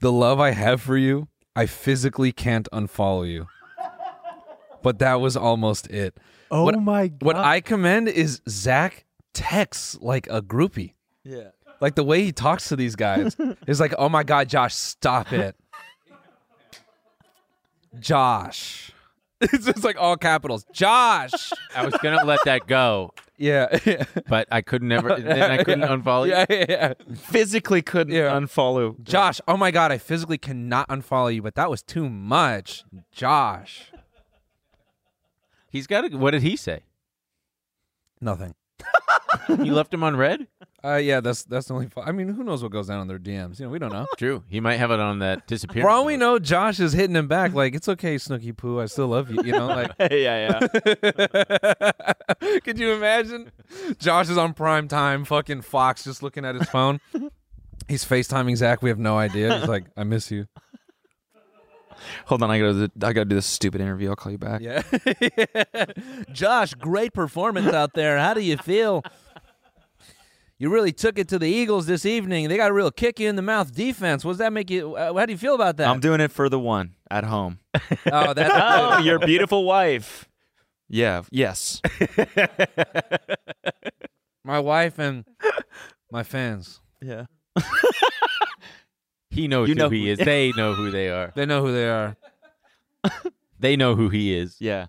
F: The love I have for you, I physically can't unfollow you. But that was almost it.
E: Oh
F: What-
E: my god.
F: What I commend is Zach texts like a groupie.
B: Yeah.
F: Like the way he talks to these guys is like, oh my God, Josh, stop it. Josh. (laughs) It's just like all capitals. Josh.
D: I was gonna let that go,
F: (laughs) Yeah. yeah.
D: but I could never. and
B: (laughs)
D: Then I couldn't unfollow you.
F: Yeah, yeah, yeah.
B: Physically couldn't
F: Yeah.
B: unfollow.
F: Josh, oh my God, I physically cannot unfollow you, but that was too much. Josh.
D: He's got. A, what did he say?
F: Nothing.
D: You left him on red.
F: Uh, yeah, that's that's the only. Fo- I mean, who knows what goes down in their DMs? You know, we don't know.
D: True. He might have it on that disappearance.
F: For all we know, Josh is hitting him back. Like, it's okay, Snooky Poo. I still love you. You know, like,
D: (laughs)
B: yeah, yeah.
F: (laughs) could you imagine? Josh is on prime time, fucking Fox, just looking at his (laughs) phone. He's FaceTiming Zach. We have no idea. He's like, I miss you.
B: Hold on, I gotta I gotta do this stupid interview. I'll call you back.
F: (laughs) Yeah. (laughs) Josh, great performance out there. How do you feel? You really took it to the Eagles this evening. They got a real kick you in the mouth defense. What does that make you? Uh, how do you feel about that? (laughs)
B: I'm doing it for the one at home.
F: oh, that's
B: oh, (laughs) your beautiful wife. Yeah. Yes.
F: my wife and my fans.
B: Yeah.
D: He knows
B: You
D: who
B: know
D: he
B: who-
D: is. (laughs) they know who they are.
F: They know who they are.
D: They know who he is.
B: Yeah.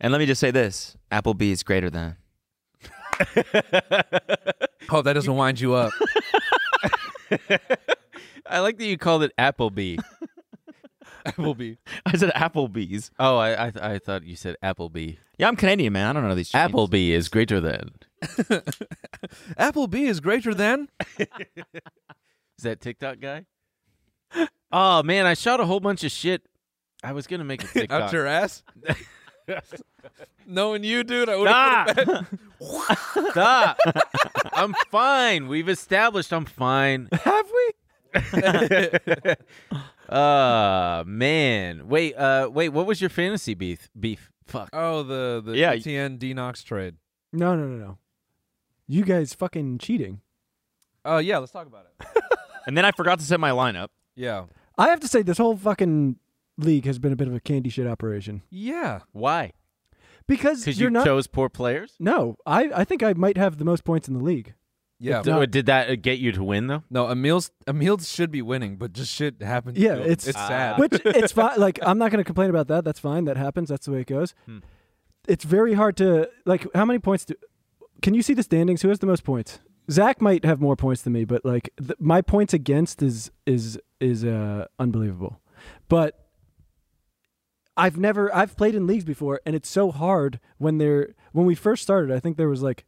B: And let me just say this: Applebee is greater than.
F: Hope that doesn't wind you (laughs) up.
D: I like that you called it
B: (laughs)
D: Applebee.
F: Applebee.
B: I said Applebee's.
D: Oh, I I, th- I thought you said Applebee.
B: Yeah, I'm Canadian, man. I don't know these. chains.
D: Applebee is greater than.
F: Applebee is greater than.
D: Is that TikTok guy? oh man, I shot a whole bunch of shit. I was gonna (laughs) make a TikTok.
F: Up your ass. Knowing you, dude, I would
D: Stop! (laughs) Stop! I'm fine. We've established I'm (laughs) fine.
F: Have we?
D: Uh man. Wait, uh wait, what was your fantasy beef beef? Fuck.
F: Oh, the the
B: Yeah, y-
F: ETN Denox trade.
E: No, no, no, no. You guys fucking cheating.
F: Oh yeah, let's talk about it.
B: And then I forgot to set my lineup.
F: Yeah.
E: I have to say, this whole fucking league has been a bit of a candy shit operation
F: Yeah.
D: Why?
E: because
D: Because
E: you're
D: you
E: not.
D: chose poor players?
E: no, I I think I might have the most points in the league.
F: Yeah.
D: So Did that uh, get you to win though?
F: No, Emil's Emil should be winning, but just shit happened. to
E: Yeah,
F: him.
E: it's-
F: it's
E: (laughs)
F: sad.
E: Which it's fine. Like I'm not going to complain about that. That's fine. That happens. That's the way it goes. It's very hard to like. How many points do? Can you see the standings? Who has the most points? Zach might have more points than me, but like th- my points against is is is uh, unbelievable. But I've never I've played in leagues before, and it's so hard when they're when we first started. I think there was like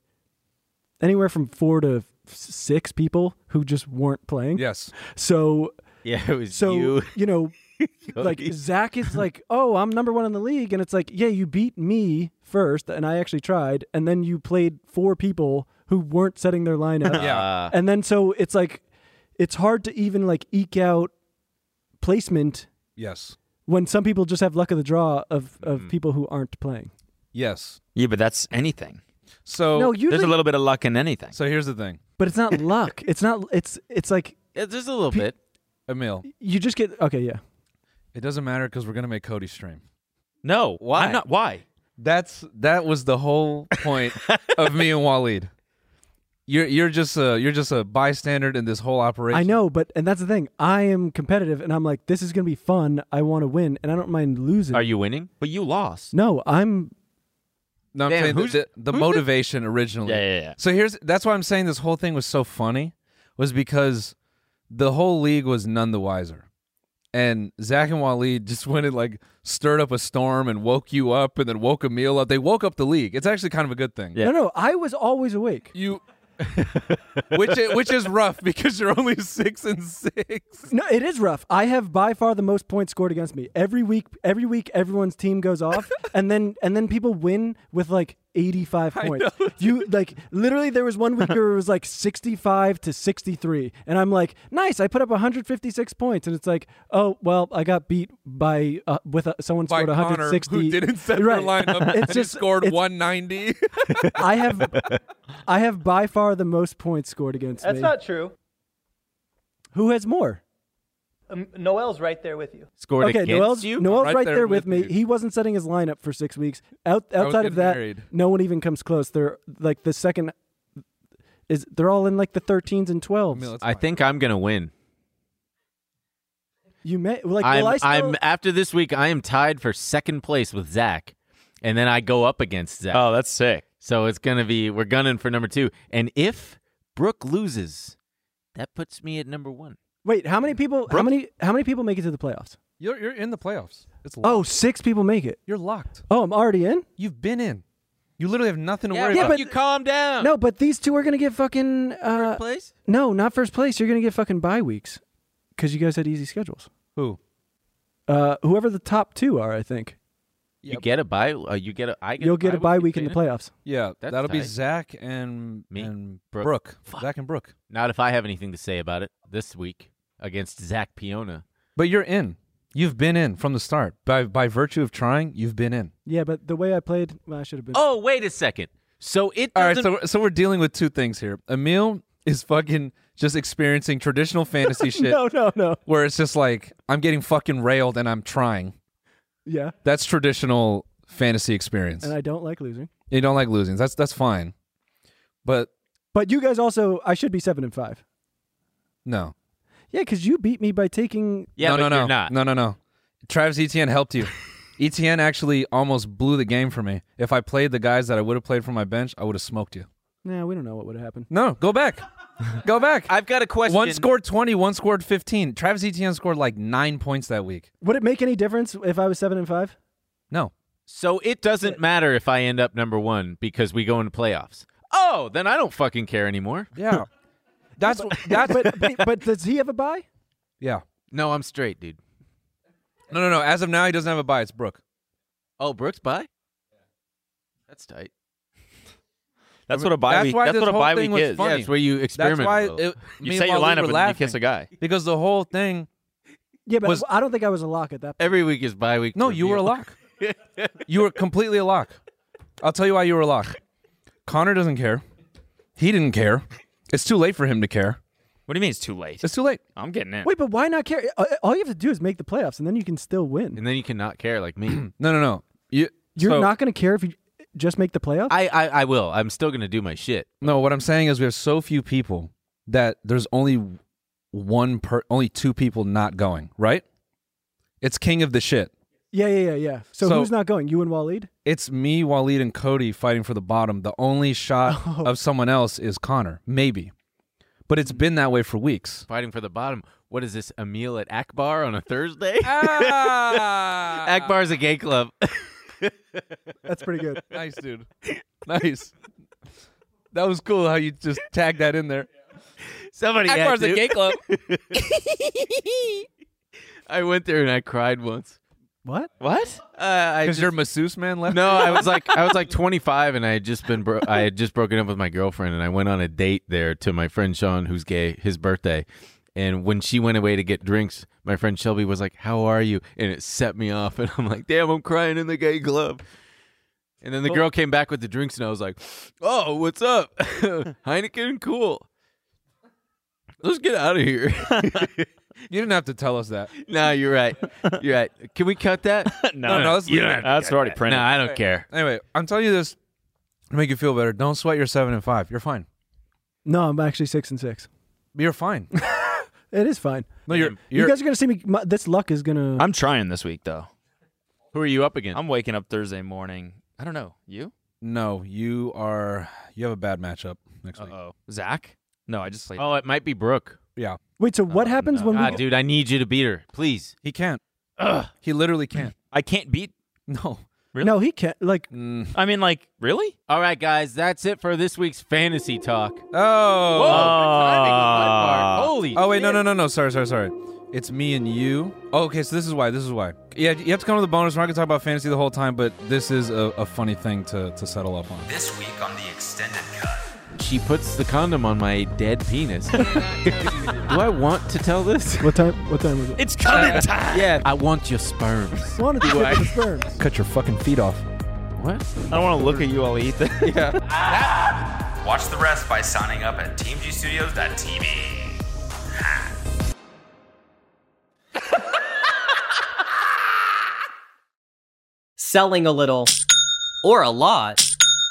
E: anywhere from four to f- six people who just weren't playing.
F: yes.
E: So
D: Yeah, it was
E: so
D: you.
E: you know
D: (laughs)
E: like Zach is like, oh, I'm number one in the league, and it's like, yeah, you beat me first, and I actually tried, and then you played four people who weren't setting their lineup,
F: Yeah.
D: Uh,
E: and then so it's like, it's hard to even like eke out placement
F: Yes.
E: when some people just have luck of the draw of of people who aren't playing.
F: Yes.
B: Yeah, but that's anything.
F: So
E: no,
B: There's
E: usually,
B: a little bit of luck in anything.
F: so here's the thing,
E: but it's not luck. It's not. It's it's like
D: yeah, just a little
E: Pe-
D: bit.
F: Emil.
E: you just get okay, yeah.
F: It doesn't matter because we're gonna make Cody stream.
B: No, why? I'm not. Why?
F: That's that was the whole point of me and Waleed. You're you're just a you're just a bystander in this whole operation.
E: I know, but and that's the thing. I am competitive, and I'm like, this is gonna be fun. I want to win, and I don't mind losing.
D: Are you winning?
B: But you lost.
E: No, I'm
F: No, I'm
D: Damn,
F: saying
D: who's-
F: the, the, the motivation originally.
B: Yeah, yeah, yeah.
F: So here's that's why I'm saying this whole thing was so funny, was because the whole league was none the wiser, and Zach and Waleed (laughs) just went and like stirred up a storm and woke you up and then woke Emil up. They woke up the league. It's actually kind of a good thing.
B: Yeah.
E: no, no. I was always awake.
F: You. which i- which is rough because you're only six and six.
E: No, it is rough. I have by far the most points scored against me every week. Every week, everyone's team goes
F: (laughs)
E: off, and then and then people win with like eighty-five points. You like literally there was one
F: (laughs)
E: week where it was like sixty-five to sixty-three, and I'm like, nice, I put up one hundred fifty-six points, and it's like, oh well, I got beat by uh, with uh, someone
F: By
E: scored one hundred
F: Connor,
E: sixty.
F: who didn't set
E: right.
F: their
E: (laughs)
F: lineup,
E: It's
F: and just
E: just-
F: scored
E: it's-
F: 190.
E: I have I have by far the most points scored against
H: That's
E: me.
H: not true.
E: Who has more?
H: Um, Noel's right there with you.
D: Scored
E: okay,
D: against
E: Noel's,
D: you?
E: Noel's
F: Right
E: right,
F: there
E: there, with me.
F: with you.
E: He wasn't setting his lineup for six weeks. Out,
F: was
E: outside of
F: getting
E: that,
F: married.
E: no one even comes close. They're like the second is they're all in like the thirteens and twelves.
F: Emil, it's
D: I
F: fine.
D: think I'm gonna win.
E: You may like
D: I'm,
E: will I still-
D: I'm after this week. I am tied for second place with Zach, and then I go up against Zach.
B: Oh, that's sick.
D: So it's gonna be we're gunning for number two. And if Brooke loses, that puts me at number one.
E: wait. How many people? How many? How many people make it to the playoffs?
F: You're, you're in the playoffs. It's locked.
E: Oh, six people make it.
F: you're locked.
E: Oh, I'm already in.
F: You've been in. You literally have nothing to
D: Yeah,
F: worry
D: but
F: about.
D: you calm down.
E: No, but these two are gonna get fucking uh, first
D: place.
E: No, not first place. You're gonna get fucking bye weeks because you guys had easy schedules.
F: Who?
E: Uh, whoever the top two are, I think.
D: You get a bye. Uh, you get a. I get
E: You'll get a bye week in the
D: Dana?
E: playoffs.
F: Yeah,
D: That's
F: that'll be
D: tight.
F: Zach and
D: Me?
F: and
D: Brooke.
F: Brooke.
D: Fuck.
F: Zach and Brooke.
D: Not if I have anything to say about it this week against Zach Piona.
F: But you're in. You've been in from the start by by virtue of trying. You've been in.
E: Yeah, but the way I played, well, I should have been.
D: Oh, wait a second. So it
F: All right,
D: doesn't.
F: so so we're dealing with two things here. Emil is fucking just
E: (laughs)
F: experiencing traditional fantasy shit.
E: No, no, no.
F: Where it's just like I'm getting fucking railed and I'm trying.
E: Yeah,
F: That's traditional fantasy experience.
E: and I don't like losing.
F: you don't like losing. That's that's fine. But
E: But you guys also, I should be seven and five.
F: no.
E: Yeah, because you beat me by taking.
D: yeah,
F: no,
D: but
F: no, no.
D: you're not.
F: No, no, no. Travis Etienne helped you. Etienne actually almost blew the game for me. If I played the guys that I would have played from my bench, I would have smoked you.
E: Nah, we don't know what would have happened.
F: No, go (laughs) back. go back.
D: I've got a question.
F: One scored 20, one scored 15. Travis Etienne scored like nine points that week.
E: Would it make any difference if I was seven and
F: (laughs)
E: five?
F: No.
D: So it doesn't matter if I end up number one because we go into playoffs. Oh, then I don't fucking care anymore.
F: Yeah. (laughs) That's that's
E: But but, but does he have a bye?
F: yeah.
D: No, I'm straight, dude.
F: No, no, no. As of now, he doesn't have a buy. It's Brooke.
D: Oh, Brooks, bye. That's (laughs) tight.
B: That's what a bye
F: That's
B: week.
F: why
B: That's
F: this
B: what a
F: whole
B: bye
F: thing
B: week
F: was
B: is.
F: funny.
D: Yeah, it's where you experiment.
F: That's why
D: a little.
F: it,
B: You
F: me
B: set
F: and
B: your lineup
F: Wally were
B: and then you
F: laughing
B: kiss a guy.
F: because the whole thing.
E: Yeah, but
F: Was-
E: I don't think I was a lock at that. point.
D: Every week is bye week.
F: No,
D: for
F: you
D: me.
F: were a lock. you were completely a lock. I'll tell you why you were a lock. Connor doesn't care. He didn't care. It's too late for him to care.
B: What do you mean it's too late?
F: It's too late.
B: I'm getting in.
E: Wait, but why not care? Uh, All you have to do is make the playoffs, and then you can still win.
D: And then you cannot care like (clears throat) me.
F: No, no, no. You,
E: You're
F: so-
E: not going to care if you just make the playoffs.
D: I, I, I will. I'm still gonna do my shit.
F: No, what I'm saying is we have so few people that there's only one per only two people not going, right? It's king of the shit.
E: yeah, yeah, yeah, yeah. So,
F: So-
E: who's not going? You and Waleed?
F: It's me, Waleed, and Cody fighting for the bottom. The only shot
E: (laughs) Oh.
F: of someone else is Connor, maybe. But it's been that way for weeks.
D: Fighting for the bottom. What is this? A meal at Akbar on a
F: (laughs)
D: Thursday?
F: Ah!
D: (laughs) Akbar's a gay club. (laughs)
E: That's pretty (laughs) good.
F: nice, dude. Nice. That was cool how you just tagged that in there.
D: Somebody had
F: Akbar's a
D: to. (laughs)
F: gay club.
D: I went there and I cried once.
E: What?
D: What? Uh, I
F: Because your masseuse man left.
D: No, I was like I was like 25 and I had just been bro- I had just broken up with my girlfriend and I went on a date there to my friend Sean who's gay, his birthday. And when she went away to get drinks, my friend Shelby was like, "How are you?" and it set me off (laughs) and I'm like, "Damn, I'm crying in the gay club." And then the girl came back with the drinks and I was like, "Oh, what's up? (laughs) Heineken, cool. Let's get out of here." (laughs)
F: You didn't have to tell us that.
D: no, you're right. You're right. Can we cut that?
F: No, no, let's
B: you
F: leave
B: don't
F: it.
B: have to That's already printed.
D: no, I don't care.
F: Anyway, I'm telling you this to make you feel better. Don't sweat your seven and five. You're fine.
E: No, I'm actually six and six.
F: You're (laughs) fine.
E: It is fine.
F: No, you're
E: you
F: you're
E: guys are going to see me. My, this luck is going to.
B: I'm trying this week though.
D: Who are you up against?
B: I'm waking up Thursday morning. I don't know. You?
F: no, you are you have a bad matchup next
B: Uh
F: week.
B: oh. Zach? No, I just sleep.
D: Oh, it might be Brooke.
F: Yeah.
E: Wait, so what
B: Oh,
E: happens
B: no.
E: when we.
D: God, Ah, dude, I need you to beat her, please.
F: He can't. Ugh. He literally (laughs) can't.
B: I can't beat.
F: no.
B: really?
E: No, he can't. Like,
F: Mm.
B: I mean, like, really?
D: All right, guys, that's it for this week's fantasy talk.
F: Oh.
B: Ah.
D: Holy!
F: Oh wait, no, no, no, no. Sorry, sorry, sorry. It's me and you. Oh, okay, so this is why. This is why. Yeah, you have to come to the bonus. We're not gonna talk about fantasy the whole time, but this is a, a funny thing to, to settle up on.
I: This week on the extended cut.
D: She puts the condom on my dead penis. (laughs) Do I want to tell this? Uh,
E: what time What time (laughs) was
B: (laughs)
E: it?
B: It's coming time.
D: Yeah, I want your sperms.
E: I wanted to get the sperms.
F: Cut your fucking feet off.
D: What?
B: I don't want to look at you all
D: (laughs)
B: Ethan.
I: Watch the rest by signing up at teamgstudios.tv.
J: Selling a little or a lot.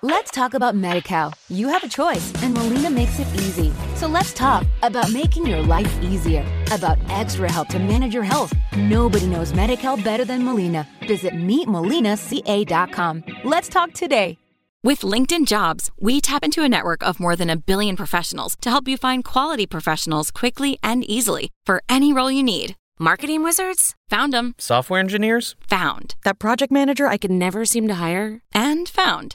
K: Let's talk about MediCal. You have a choice, and Molina makes it easy. So let's talk about making your life easier, about extra help to manage your health. Nobody knows MediCal better than Molina. Visit meetmolinaca.com. Let's talk today.
L: With LinkedIn Jobs, we tap into a network of more than a billion professionals to help you find quality professionals quickly and easily for any role you need. Marketing wizards? Found them.
B: Software engineers?
L: Found. That project manager I could never seem to hire? And found.